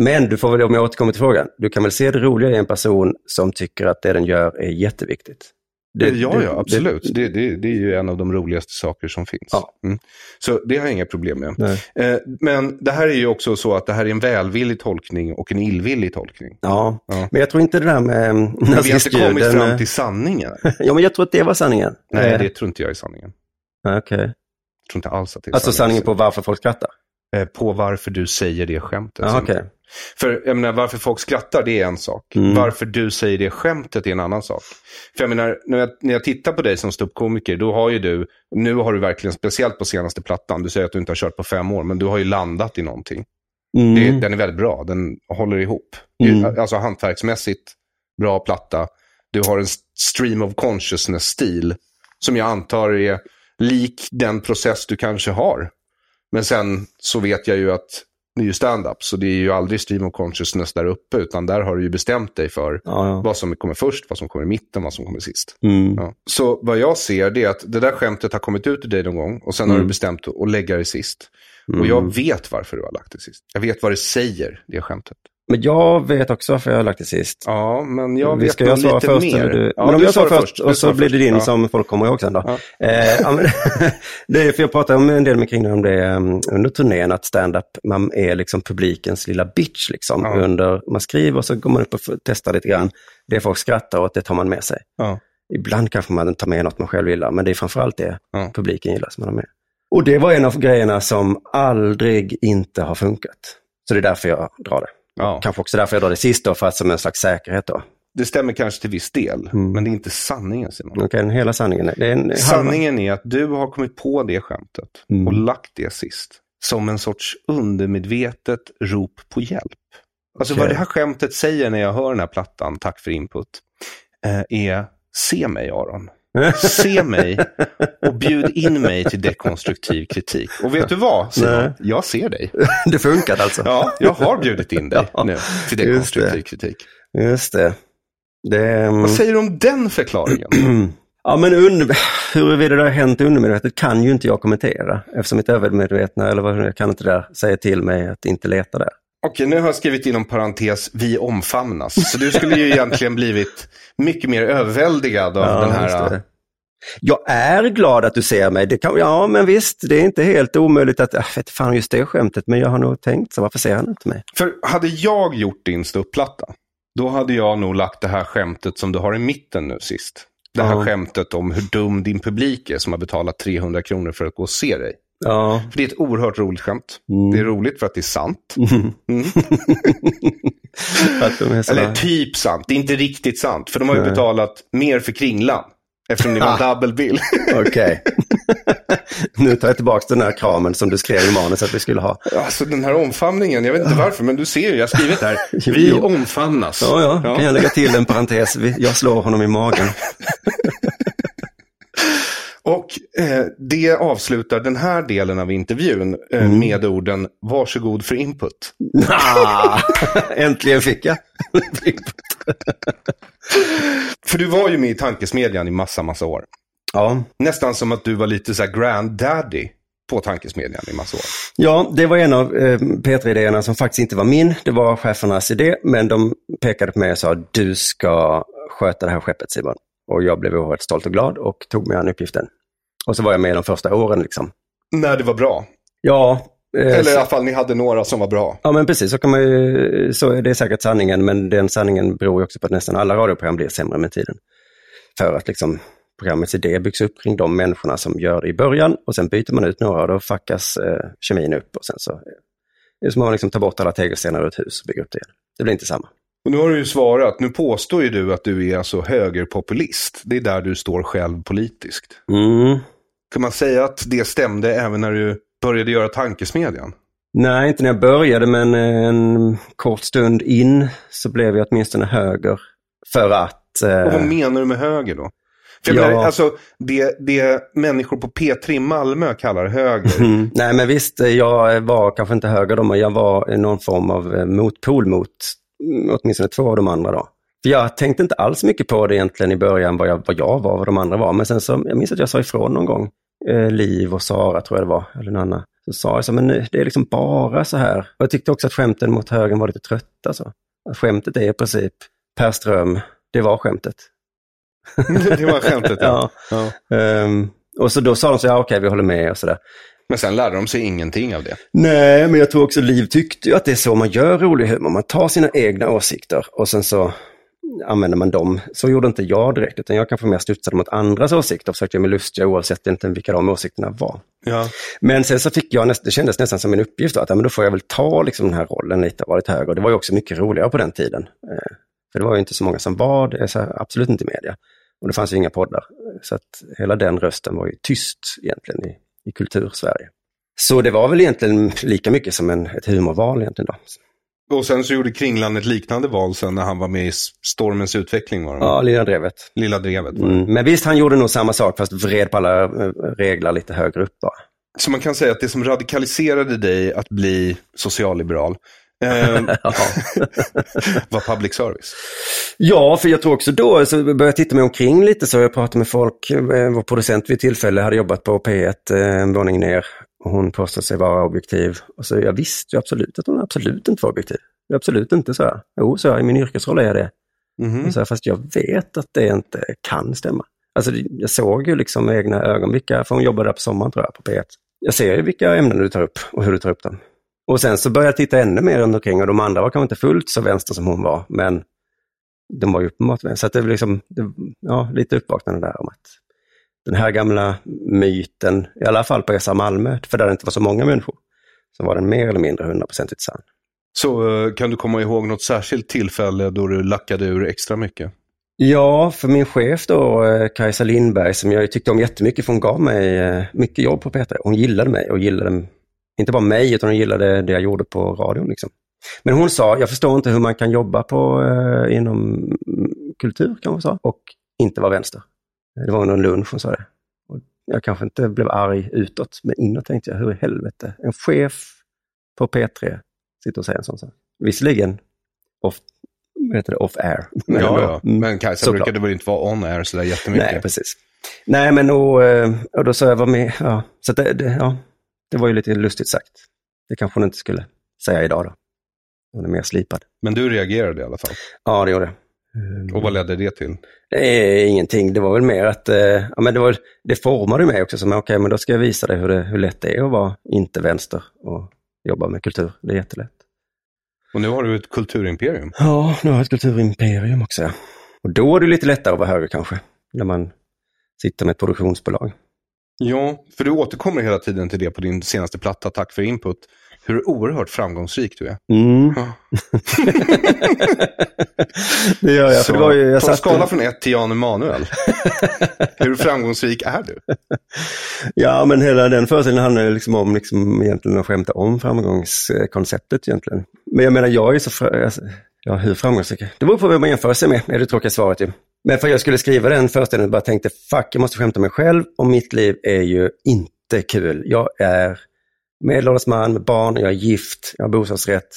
Men du får väl, om jag återkommer till frågan, du kan väl se det roliga i en person som tycker att det den gör är jätteviktigt. Det-
ja,
det-
ja,
det-
absolut. Det, det, det är ju en av de roligaste saker som finns.
Ja.
Mm. Så det har jag inga problem med.
Nej.
Eh, Men det här är ju också så att det här är en välvillig tolkning och en illvillig tolkning.
Ja.
Ja.
men jag tror inte det där med eh,
Men vi har inte kommit
nazistljuden, eh,
fram till sanningen.
<laughs> Ja, men jag tror att det var sanningen.
Nej,
Eh, ah,
det tror inte jag är sanningen.
Okej.
Jag tror inte alls att det är
Alltså sanningen på varför folk skrattar?
Eh, på varför du säger det skämtet.
Ja,
Simon.
Ah, okej.
För jag menar, varför folk skrattar, det är en sak.
Mm.
Varför du säger det skämtet är en annan sak. För jag menar, när jag, när jag tittar på dig som ståuppkomiker, då har ju du, nu har du verkligen, speciellt på senaste plattan, du säger att du inte har kört på fem år, men du har ju landat i någonting. Det,
Mm.
Den är väldigt bra, den håller ihop.
Mm.
Ju- Alltså hantverksmässigt, bra platta. Du har en stream of consciousness-stil som jag antar är lik den process du kanske har. Men sen så vet jag ju att det är ju stand-up, så det är ju aldrig stream of consciousness där uppe, utan där har du ju bestämt dig för
Ja, ja.
vad som kommer först, vad som kommer i mitten, vad som kommer sist.
Mm.
Ja. Så vad jag ser det är att det där skämtet har kommit ut ur dig någon gång och sen har
Mm.
du bestämt att lägga det sist. Och
Mm.
jag vet varför du har lagt det sist. Jag vet vad det säger, det skämtet.
Men jag vet också varför jag har lagt det sist.
Ja, men jag
Vi
vet
ska
nog
jag svara
lite
först
mer.
eller du?
Ja,
men om
du
jag svarar
svarar
först
Du
och så
svarar
blir det din
först. Ja.
som folk kommer ihåg sen då.
Ja.
Eh, ja, men, <laughs> det är för jag pratade om en del med kring om det um, under turnén, att stand-up, man är liksom publikens lilla bitch liksom.
Ja.
Under, man skriver och så går man upp och f- testar lite grann. Det folk skrattar åt, det tar man med sig.
Ja.
Ibland kanske man tar med något man själv gillar, men det är framförallt det
Ja.
publiken gillar som man har med. Och det var en av grejerna som aldrig inte har funkat. Så det är därför jag drar det.
Ja.
Kanske också därför jag drar det sist då, för att som en slags säkerhet då.
Det stämmer kanske till viss del,
Mm.
men det är inte sanningen Simon.
Okej, den hela sanningen. är- Det är en
Eh, Sanningen är att du har kommit på det skämtet
Mm.
och lagt det sist. Som en sorts undermedvetet rop på hjälp. Alltså
Okej.
vad det här skämtet säger när jag hör den här plattan, tack för input, eh, är se mig Aron. Se mig och bjud in mig till dekonstruktiv kritik. Och vet du vad,
Nej.
Simon? Jag ser dig.
halva. Det funkar alltså.
Ja, jag har bjudit in dig
<laughs> Ja,
nu till
just
dekonstruktiv
det.
kritik.
Just det. det är, mm,
Vad säger du om den förklaringen?
ja, men under, huruvida det har hänt undermedvetet kan ju inte jag kommentera. Eftersom mitt övermedvetna, eller vad jag kan inte där, säger till mig att inte leta där.
Okej, nu har jag skrivit inom parentes, vi omfamnas. Så du skulle ju egentligen blivit mycket mer överväldigad av den
just
här...
det. Jag är glad att du ser mig. Det kan, ja, men visst, det är inte helt omöjligt att, jag vet fan just det skämtet, men jag har nog tänkt så, varför ser han inte mig?
För hade jag gjort din ståuppplatta, då hade jag nog lagt det här skämtet som du har i mitten nu sist. Det här
Ja.
skämtet om hur dum din publik är som har betalat 300 kronor för att gå och se dig.
Ja,
För det är ett oerhört roligt skämt.
Mm.
Det är roligt för att det är sant.
att de är sådana-
Eller typ sant, det är inte riktigt sant. För de har ju
Nej. Ah.
betalat mer för kringlan. Eftersom det var en double bill. <laughs>
Okej. <laughs> nu tar jag tillbaka den här kramen som du skrev i manus att vi skulle ha.
Alltså den här omfamningen, jag vet inte varför, men du ser ju, jag har skrivit här. Vi
<laughs> jo.
omfamnas.
Ja, ja, kan jag lägga till en parentes. Vi- Jag slår honom i magen. <laughs>
Och eh, det avslutar den här delen av intervjun eh,
Mm.
med orden varsågod för input.
Ah, äntligen fick jag.
För du var ju med i tankesmedjan i massa, massa år.
Ja.
Nästan som att du var lite så här granddaddy på tankesmedjan i massa år.
Ja, det var en av eh, P3-idéerna som faktiskt inte var min. Det var chefernas idé, men de pekade på mig och sa du ska sköta det här skeppet Simon. Och jag blev oerhört stolt och glad och tog mig an uppgiften. Och så var jag med de första åren liksom.
När det var bra.
Ja, eh,
Eller i
så,
alla fall ni hade några som var bra.
ja men precis så kan man ju, så är det säkert sanningen, men den sanningen beror ju också på att nästan alla radioprogram blir sämre med tiden. För att liksom programmets idé byggs upp kring de människorna som gör det i början och sen byter man ut några och då fuckas eh, kemin upp och sen så eh, det är som om man liksom tar bort alla tegelstenar ur ett hus och bygger upp det igen. Det blir inte samma.
Och nu har du ju svarat, nu påstår ju du att du är alltså högerpopulist. Det är där du står själv politiskt.
Mm.
Kan man säga att det stämde även när du började göra tankesmedjan?
Nej, inte när jag började, men eh, en kort stund in så blev jag åtminstone höger för att... eh,
Och vad menar du med höger då? För jag
Ja.
menar, alltså, det, det människor på P3 i Malmö kallar höger. <laughs>
Mm. Nej, men visst, eh, jag var kanske inte höger då, men jag var eh, någon form av eh, motpol mot mm, åtminstone två av de andra då. För jag tänkte inte alls mycket på det egentligen i början, vad jag, vad jag var och vad de andra var. Men sen så, jag minns att jag sa ifrån någon gång, eh, Liv och Sara tror jag det var, eller någon annan. Så sa jag så, men nu, det är liksom bara så här. Och jag tyckte också att skämten mot högern var lite trötta. Så. Att skämtet är i princip, Per Ström, det var skämtet.
det var skämtet.
Ja. Ehm, och så då sa de så, ja okej, vi håller med och sådär.
Men sen lärde de sig ingenting av det.
Nej, men jag tror också Liv tyckte ju att det är så man gör rolig humor. Man tar sina egna åsikter och sen så använder man dem. Så gjorde inte jag direkt, utan jag kanske mer studsade mot andras åsikter och försökte göra mig lustiga oavsett egentligen vilka de åsikterna var.
Ja.
Men sen så fick jag, näst, det kändes nästan som min uppgift då, att ja, men då får jag väl ta liksom, den här rollen lite och vara lite högre. Och Det var ju också mycket roligare på den tiden. Eh, För det var ju inte så många som var det, så här, absolut inte i media. Och det fanns ju inga poddar. Så att hela den rösten var ju tyst egentligen i, i kultursverige. Så det var väl egentligen lika mycket som en, ett humorval egentligen då.
Och sen så gjorde Kringland ett liknande val sen när han var med i S- Stormens utveckling. Var det, va?
Ja, Lilla Drevet.
Lilla drevet.
Mm. Men visst, han gjorde nog samma sak fast vred på alla eh, regler lite högre upp bara.
Så man kan säga att det som radikaliserade dig att bli socialliberal
<laughs>
eh, <laughs> var public service.
Ja, för jag tror också då, så började jag titta mig omkring lite, så jag pratade med folk, Eh, vår producent vid tillfälle hade jobbat på P1 eh, en våning ner och hon påstod sig vara objektiv. Och så jag visste ju absolut att hon absolut inte var objektiv. Absolut inte, så jag. Jo, så jag, i min yrkesroll är jag det.
Mhm.
Och Så här, fast jag vet att det inte kan stämma. Alltså, det- jag såg ju liksom med egna ögon vilka, för hon jobbade där på sommaren tror jag, på P1. Jag ser ju vilka ämnen du tar upp och hur du tar upp dem. Och sen så började jag titta ännu mer runt omkring och de andra var kanske inte fullt så vänster som hon var, men de var ju uppenbart vänster. Så att det blev liksom, det, ja, lite uppvaknande där om att den här gamla myten, i alla fall på Esa Malmö, för där det inte var så många människor, så var den mer eller mindre hundraprocentigt sann.
Så eh, kan du komma ihåg något särskilt tillfälle då du lackade ur extra mycket?
Ja, för min chef då, eh, Kajsa Lindberg, som jag ju tyckte om jättemycket, för hon gav mig eh, mycket jobb på P3. Hon gillade mig och gillade, inte bara mig, utan hon gillade det jag gjorde på radion. Liksom. Men hon sa, jag förstår inte hur man kan jobba på, eh, inom mm, kultur, kan hon sa, och inte vara vänster. Det var någon lunch hon sa det. Och jag kanske inte blev arg utåt, men inåt tänkte jag, hur i helvete, en chef på P3 sitter och säger en sån sak. Visserligen off, vad heter det, off air.
Ja,
Men ändå.
ja.
Mm.
men Kajsa
Såklart.
brukade väl inte vara on air sådär jättemycket?
Nej, precis. Nej, men och, eh, och då sa jag, var med. Ja. Så att det, det, ja, det var ju lite lustigt sagt. Det kanske hon inte skulle säga idag då. Hon är mer slipad.
Men du reagerade i alla fall.
Ja, det gjorde jag. Mm.
Och vad ledde det till?
Det är ingenting, det var väl mer att eh, ja, men det, var, det formade mig också som, okej, men då ska jag visa dig hur, det, hur lätt det är att vara inte vänster och jobba med kultur. Det är jättelätt.
Och nu har du ett kulturimperium.
Ja, nu har jag ett kulturimperium också. ja. Och då är det lite lättare att vara höger kanske, när man sitter med ett produktionsbolag.
Ja, för du återkommer hela tiden till det på din senaste platta, Tack för input. hur oerhört framgångsrik du är.
Mm. <laughs> det gör jag.
Så,
För det var ju, jag
på en
satt
skala från 1 till Jan <laughs> Emanuel, hur framgångsrik är du?
Ja, men hela den föreställningen handlar ju liksom om liksom egentligen att skämta om framgångskonceptet egentligen. Men jag menar, jag är ju så... fra- alltså, Ja, hur framgångsrik? Det beror på vem man jämför sig med, är det tråkiga svaret ju. Men för att jag skulle skriva den föreställningen bara tänkte, fuck, jag måste skämta om mig själv och mitt liv är ju inte kul. Jag är medelålders man med barn, jag är gift, jag har bostadsrätt.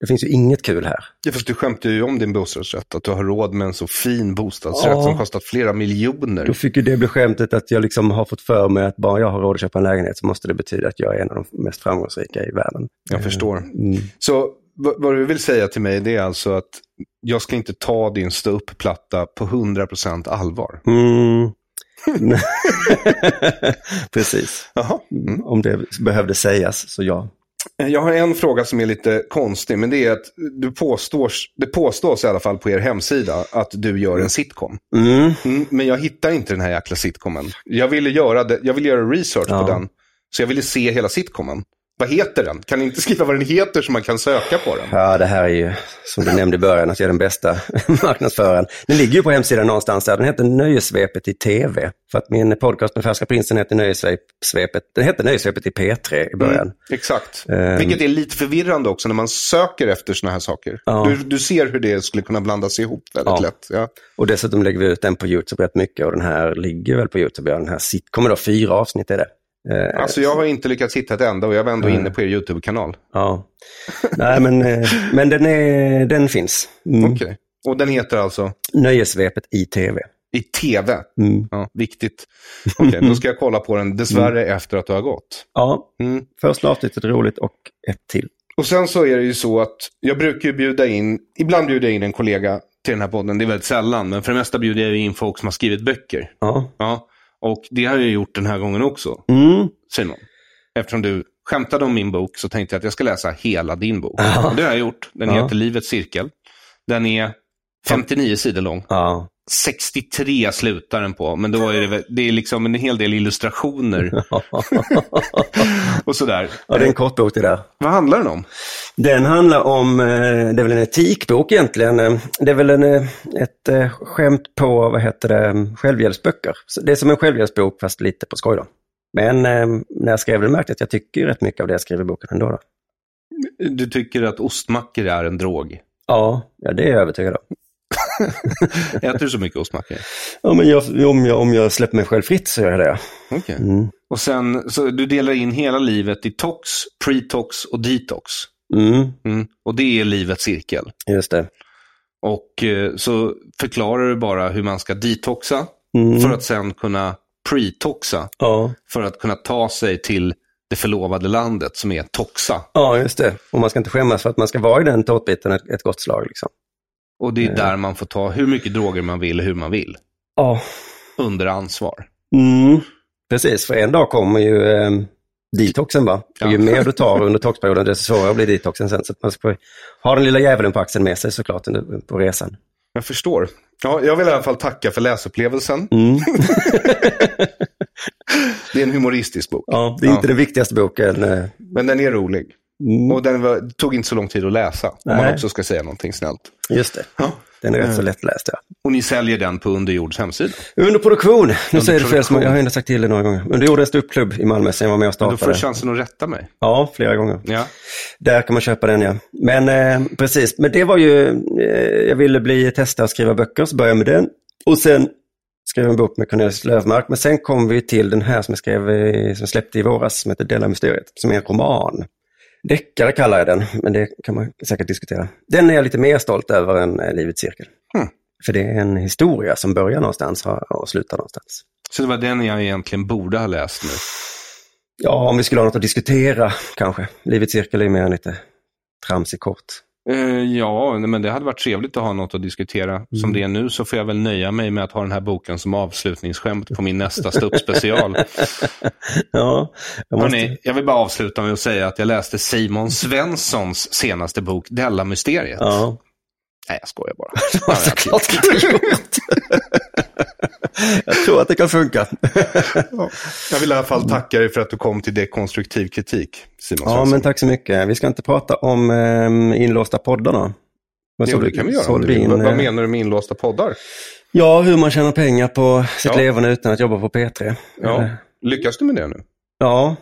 Det finns ju inget kul här.
Ja, fast du skämtar ju om din bostadsrätt, att du har råd med en så fin bostadsrätt
Ja.
som kostar flera miljoner.
Då fick ju det bli skämtet att jag liksom har fått för mig att bara jag har råd att köpa en lägenhet så måste det betyda att jag är en av de mest framgångsrika i världen.
Jag förstår.
Mm.
Så vad, vad du vill säga till mig det är alltså att jag ska inte ta din ståuppplatta på 100% allvar.
<laughs> Mm. Nej. Precis.
Jaha.
Mm. Om det behövde sägas, så ja.
Jag har en fråga som är lite konstig, men det är att du påstås, det påstås i alla fall på er hemsida att du gör en sitcom.
Mm.
Mm, men jag hittar inte den här jäkla sitcomen. Jag ville göra, det, jag ville göra research
Ja.
på den, så jag ville se hela sitcomen. Vad heter den? Kan ni inte skriva vad den heter så man kan söka på den?
Ja, det här är ju, som du nämnde i början, att jag är den bästa <laughs> marknadsföraren. Den ligger ju på hemsidan någonstans där. Den heter Nöjesvepet i TV. För att min podcast med Färska Prinsen heter Nöjesvepet. Den hette Nöjesvepet i P3 i början.
Mm, exakt.
Ehm.
Vilket är lite förvirrande också när man söker efter sådana här saker.
Ja.
Du, du ser hur det skulle kunna blandas ihop väldigt
Ja.
lätt. Ja.
Och dessutom lägger vi ut den på YouTube rätt mycket och den här ligger väl på YouTube. Ja, den här sit- kommer då fyra avsnitt är det. Eh,
Alltså jag har inte lyckats hitta ett enda och jag var ändå
Nej.
inne på er YouTube-kanal.
Ja. Nej, men, eh, men den, är, den finns. Mm.
Okej. Och den heter alltså
Nöjesvepet i TV.
I TV.
Mm.
Ja, viktigt. Okej, då ska jag kolla på den dessvärre
Mm.
efter att du har gått.
Ja,
Mm.
första avsnittet är roligt och ett till.
Och sen så är det ju så att jag brukar ju bjuda in, ibland bjuder jag in en kollega till den här podden, det är väldigt sällan, men för det mesta bjuder jag ju in folk som har skrivit böcker.
Ja.
Ja, och det har jag ju gjort den här gången också,
Mm.
Simon. Eftersom du skämtade om min bok så tänkte jag att jag ska läsa hela din bok.
Ja.
Och det har jag gjort. Den
Ja.
heter Livets cirkel. Den är 59 sidor lång.
Ja. <laughs>
63 slutar den på, men då är det, väl- det är liksom en hel del
<laughs>
illustrationer och sådär.
ja, det är en kort bok det där.
Vad handlar den om?
Den handlar om, eh, det är väl en etikbok egentligen. Eh, Det är väl en, eh, ett eh, skämt på, vad heter det, mm, självhjälpsböcker. Så det är som en självhjälpsbok fast lite på skoj då. Men eh, när jag skrev den märkte jag att jag tycker ju rätt mycket av det jag skrev i boken ändå. Då.
Du tycker att ostmackor är en drog.
Ja, ja, det är jag övertygad om.
Äter du så mycket ostmackor?
Ja, men jag, om, jag, om jag släpper mig själv fritt så gör jag det.
Okej.
Mm.
Och sen, så du delar in hela livet i tox, pretox och detox.
Mm,
Mm. Och det är livets cirkel.
just det.
Och eh, så förklarar du bara hur man ska detoxa
Mm.
för att sen kunna pretoxa
Ja.
för att kunna ta sig till det förlovade landet som är toxa.
ja, just det. Och man ska inte skämmas för att man ska vara i den tårtbiten ett, ett gott slag. Liksom.
Och det är där man får ta hur mycket droger man vill och hur man vill.
Ja.
Under ansvar.
Mm. Precis, för en dag kommer ju eh, detoxen va? Och ju
Ja.
mer du tar <laughs> under toxperioden, desto svårare blir detoxen sen. Så att man ska ha den lilla djävulen på axeln med sig såklart under- på resan.
Jag förstår. Ja, jag vill i alla fall tacka för läsupplevelsen.
Mm.
<laughs> Det är en humoristisk bok.
Ja, det är inte den viktigaste boken. eh.
Men den är rolig.
Mm.
Och den var, tog inte så lång tid att läsa. Om man
Nej.
också ska säga någonting snällt.
Just det, Mm.
Ja.
den är rätt så lättläst. Ja.
Och ni säljer den på Underjords hemsida.
Under produktion, nu säger du fel,
produktion.
som jag har ändå sagt till det några gånger. Men du gjorde en ståuppklubb i Malmö sen jag var med och
Men då får
startade.
du chansen att rätta mig.
Ja, flera gånger.
Ja.
Där kan man köpa den ja. Men eh, precis, men det var ju, eh, jag ville bli testa att skriva böcker, så började jag med den. Och sen skrev jag en bok med Cornelis Löfmark, men sen kom vi till den här som jag, skrev, eh, som jag släppte i våras, som heter Della Mysteriet, som är en roman. Deckare kallar jag den, men det kan man säkert diskutera. Den är jag lite mer stolt över än eh, Livets cirkel.
Hmm.
För det är en historia som börjar någonstans och slutar någonstans.
Så det var den jag egentligen borde ha läst nu.
Ja, om vi skulle ha något att diskutera kanske. Livets cirkel är ju mer lite tramsig kort.
Eh, ja, nej, men det hade varit trevligt att ha något att diskutera. Som det är nu så får jag väl nöja mig med att ha den här boken som avslutningsskämt på min nästa <laughs> ståuppspecial.
Ja, jag måste...
Hörrni, jag vill bara avsluta med att säga att jag läste Simon Svenssons senaste bok, Della-mysteriet.
Ja. <laughs>
Nej, jag skojar bara.
Det var såklart inte gjort. <laughs> Jag tror att det kan funka.
Jag vill i alla fall tacka dig för att du kom till dekonstruktiv kritik, Simon
Ja,
Svensson.
men tack så mycket. Vi ska inte prata om eh, inlåsta poddarna. Men så
jo, det kan vi göra. om
sålde
du
vi
vill.
in,
Vad-
eh,
Vad menar du med inlåsta poddar?
Ja, hur man tjänar pengar på sitt
Ja.
leverne utan att jobba på P3.
Ja.
Eh,
Lyckas du med det nu?
ja,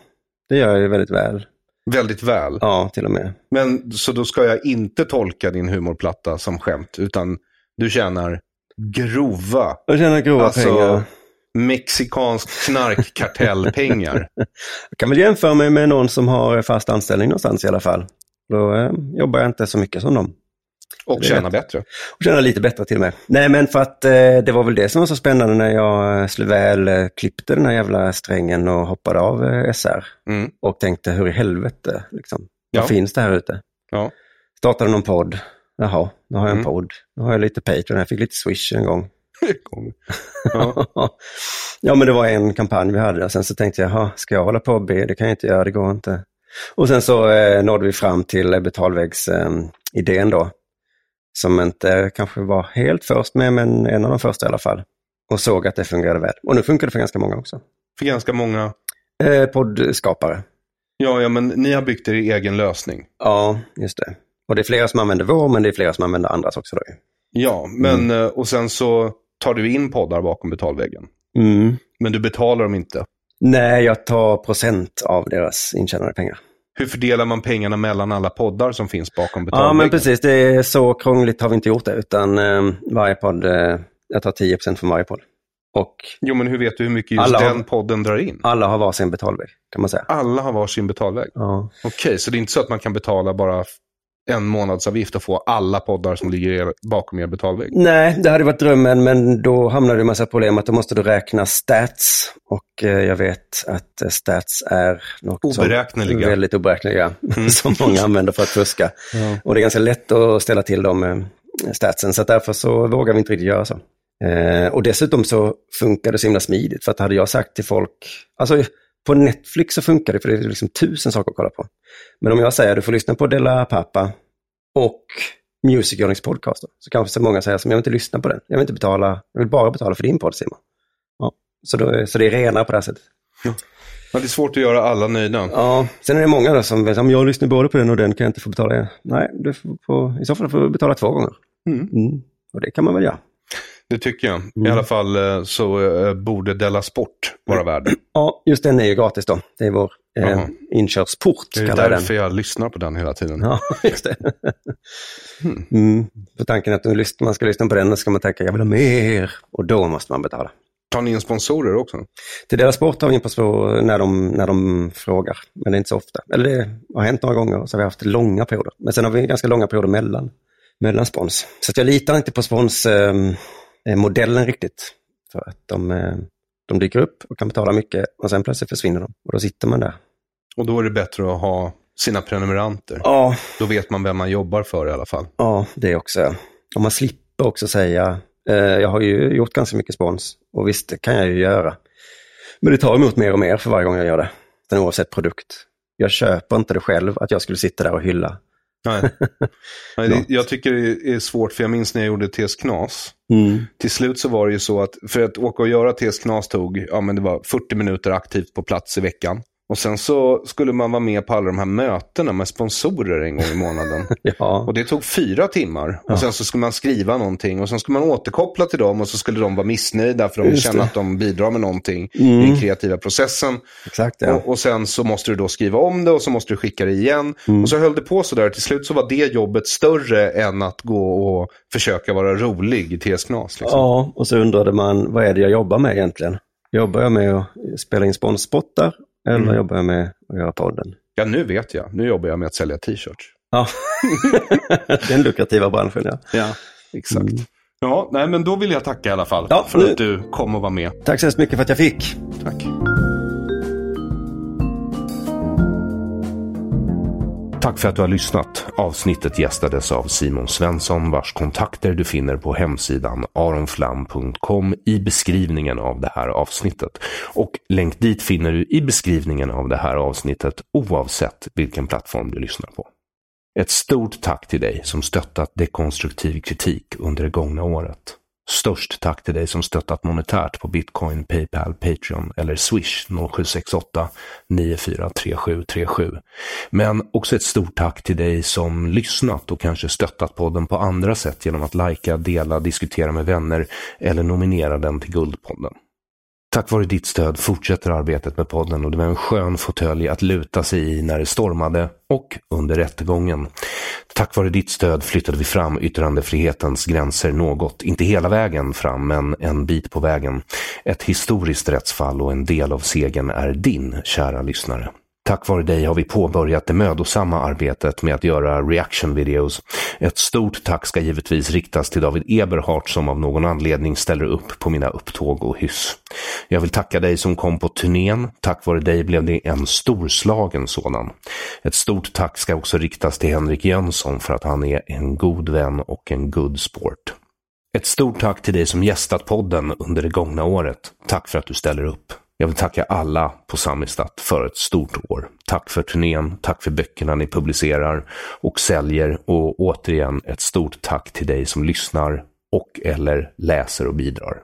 det gör jag ju väldigt väl.
Väldigt väl.
Ja, till och med.
Men så då ska jag inte tolka din humorplatta som skämt, utan du tjänar grova,
Jag tjänar grova
alltså
pengar.
mexikansk knarkkartellpengar.
Jag kan väl jämföra mig med någon som har fast anställning någonstans i alla fall. Då eh, jobbar jag inte så mycket som dem.
och
Det är
tjänar
rätt.
bättre.
Och tjänar lite bättre till och med. Nej, men för att eh, det var väl det som var så spännande när jag eh, sl- väl eh, klippte den här jävla strängen och hoppade av eh, SR.
Mm.
Och tänkte, hur i helvete, liksom.
Ja.
Vad finns det här ute?
Ja.
Startade någon podd. Jaha, nu har jag en
Mm.
podd. Nu har jag lite Patreon. Jag fick lite Swish en gång.
Ja.
<laughs> ja, men det var en kampanj vi hade och sen så tänkte jag, jaha, ska jag hålla på och be? Det kan jag inte göra, det går inte. Och sen så eh, nådde vi fram till eh, betalväggs-idén eh, idén då, som inte kanske var helt först med, men en av de första i alla fall. Och såg att det fungerade väl. Och nu funkar det för ganska många också.
För ganska många.
Eh, poddskapare.
Ja, ja, men ni har byggt er egen lösning.
Ja, just det. Och det är flera som använder vår, men det är flera som använder andras också. Då. ju.
Ja, men eh, och sen så tar du in poddar bakom betalväggen.
Mm.
Men du betalar dem inte.
Nej, jag tar procent av deras intjänade pengar.
Hur fördelar man pengarna mellan alla poddar som finns bakom betalväggen?
Ja, men precis. Det är så krångligt har vi inte gjort det, utan eh, varje podd, eh, jag tar 10 från varje podd. Och
Jo, men hur vet du hur mycket just
Alla har-
den podden drar in?
alla har varsin betalväg, kan man säga.
Alla har varsin betalvägg.
Ja.
Okej, så det är inte så att man kan betala bara en månadsavgift och få alla poddar som ligger er, bakom er betalvägg?
Nej, det hade varit drömmen, men då hamnade det en massa problem att då måste du räkna stats. Och eh, jag vet att eh, stats är något som-
Oberäkneliga.
väldigt oberäkneliga, <laughs> som många använder för att fuska. Och det är ganska lätt att ställa till de eh, statsen, så att därför så vågar vi inte riktigt göra så. Eh, och dessutom så funkar det så himla smidigt, för att hade jag sagt till folk, alltså på Netflix så funkar det, för det är liksom tusen saker att kolla på. Men om jag säger, du får lyssna på Della Pappa och Music Journeys podcast, då, så kanske så många säger, som jag vill inte lyssna på den, jag vill inte betala, jag vill bara betala för din podd Simon. Ja. Så, då, så det är renare på det här sättet.
Ja, det är svårt att göra alla nöjda.
Ja, sen är det många då som om jag lyssnar både på den och den kan jag inte få betala en. Nej, du får, på, i så fall får du betala två gånger.
Mm.
Mm. Och det kan man väl göra.
Det tycker jag. I
Mm.
alla fall eh, så eh, borde Della Sport vara
Mm.
värd.
Ja, just den är ju gratis då. Det är vår eh,
Jaha.
inkörsport,
Det är
kallar jag den.
därför jag lyssnar på den hela tiden.
Ja, <laughs> just det.
Hmm.
Mm. För tanken att du lys- man ska lyssna på den, och så ska man tänka jag vill ha mer. Och då måste man betala.
Tar ni in sponsorer också?
Till deras sport har vi inpassat när de, när de frågar, men det är inte så ofta. Eller det har hänt några gånger, så har vi haft långa perioder. Men sen har vi ganska långa perioder mellan, mellan spons. Så att jag litar inte på sponsmodellen eh, modellen riktigt. För att de, eh, de dyker upp och kan betala mycket och sen plötsligt försvinner de. Och då sitter man där.
Och då är det bättre att ha sina prenumeranter.
Ja,
Då vet man vem man jobbar för i alla fall.
Ja, det också. Och man slipper också säga, eh, jag har ju gjort ganska mycket spons och visst, det kan jag ju göra. Men det tar emot mer och mer för varje gång jag gör det, den oavsett produkt. Jag köper inte det själv, att jag skulle sitta där och hylla. <laughs>
Nej. Nej, det,
Något.
jag tycker det är svårt, för jag minns när jag gjorde TS Knas.
Mm.
Till slut så var det ju så att, för att åka och göra TS Knas tog, ja men det var 40 minuter aktivt på plats i veckan. Och sen så skulle man vara med på alla de här mötena med sponsorer en gång i
<laughs>
månaden.
Ja,
Och det tog fyra timmar. Och sen så skulle man skriva någonting och sen skulle man återkoppla till dem och så skulle de vara missnöjda för de
Just
känner
det.
att de bidrar med någonting i den
Mm.
kreativa processen.
exakt. Ja.
Och, och sen så måste du då skriva om det och så måste du skicka det igen.
Mm.
Och så höll det på sådär. Till slut så var det jobbet större än att gå och försöka vara rolig i TS Knas. Liksom.
ja, och så undrade man, vad är det jag jobbar med egentligen? Jobbar jag med att spela in sponspottar eller jobbar jag med att göra podden?
Ja, nu vet jag. Nu jobbar jag med att sälja t-shirts.
Ja, <laughs> den lukrativa branschen, ja.
Ja, exakt.
Mm.
Ja, nej men då vill jag tacka i alla fall
Ja,
för
nu-
att du kom och var med.
Tack så hemskt mycket för att jag fick.
Tack.
Tack för att du har lyssnat. Avsnittet gästades av Simon Svensson vars kontakter du finner på hemsidan aronflam.com i beskrivningen av det här avsnittet. Och länk dit finner du i beskrivningen av det här avsnittet oavsett vilken plattform du lyssnar på. Ett stort tack till dig som stöttat dekonstruktiv kritik under det gångna året.
Störst tack till dig som stöttat monetärt på Bitcoin, Paypal, Patreon eller Swish 0768 943737. Men också ett stort tack till dig som lyssnat och kanske stöttat podden på andra sätt genom att lajka, dela, diskutera med vänner eller nominera den till Guldpodden. Tack vare ditt stöd fortsätter arbetet med podden och det var en skön fåtölj att luta sig i när det stormade och under rättegången. Tack vare ditt stöd flyttade vi fram yttrandefrihetens gränser något. Inte hela vägen fram, men en bit på vägen. Ett historiskt rättsfall och en del av segern är din, kära lyssnare. Tack vare dig har vi påbörjat det mödosamma arbetet med att göra reaction-videos. Ett stort tack ska givetvis riktas till David Eberhardt som av någon anledning ställer upp på mina upptåg och hyss. Jag vill tacka dig som kom på turnén. Tack vare dig blev det en storslagen sådan. Ett stort tack ska också riktas till Henrik Jönsson för att han är en god vän och en good sport. Ett stort tack till dig som gästat podden under det gångna året. Tack för att du ställer upp. Jag vill tacka alla på Samistat för ett stort år. Tack för turnén, tack för böckerna ni publicerar och säljer och återigen ett stort tack till dig som lyssnar och eller läser och bidrar.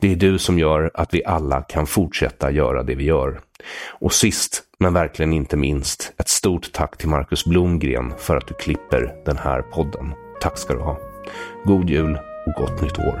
Det är du som gör att vi alla kan fortsätta göra det vi gör. Och sist, men verkligen inte minst, ett stort tack till Marcus Blomgren för att du klipper den här podden. Tack ska du ha. God jul och gott nytt år.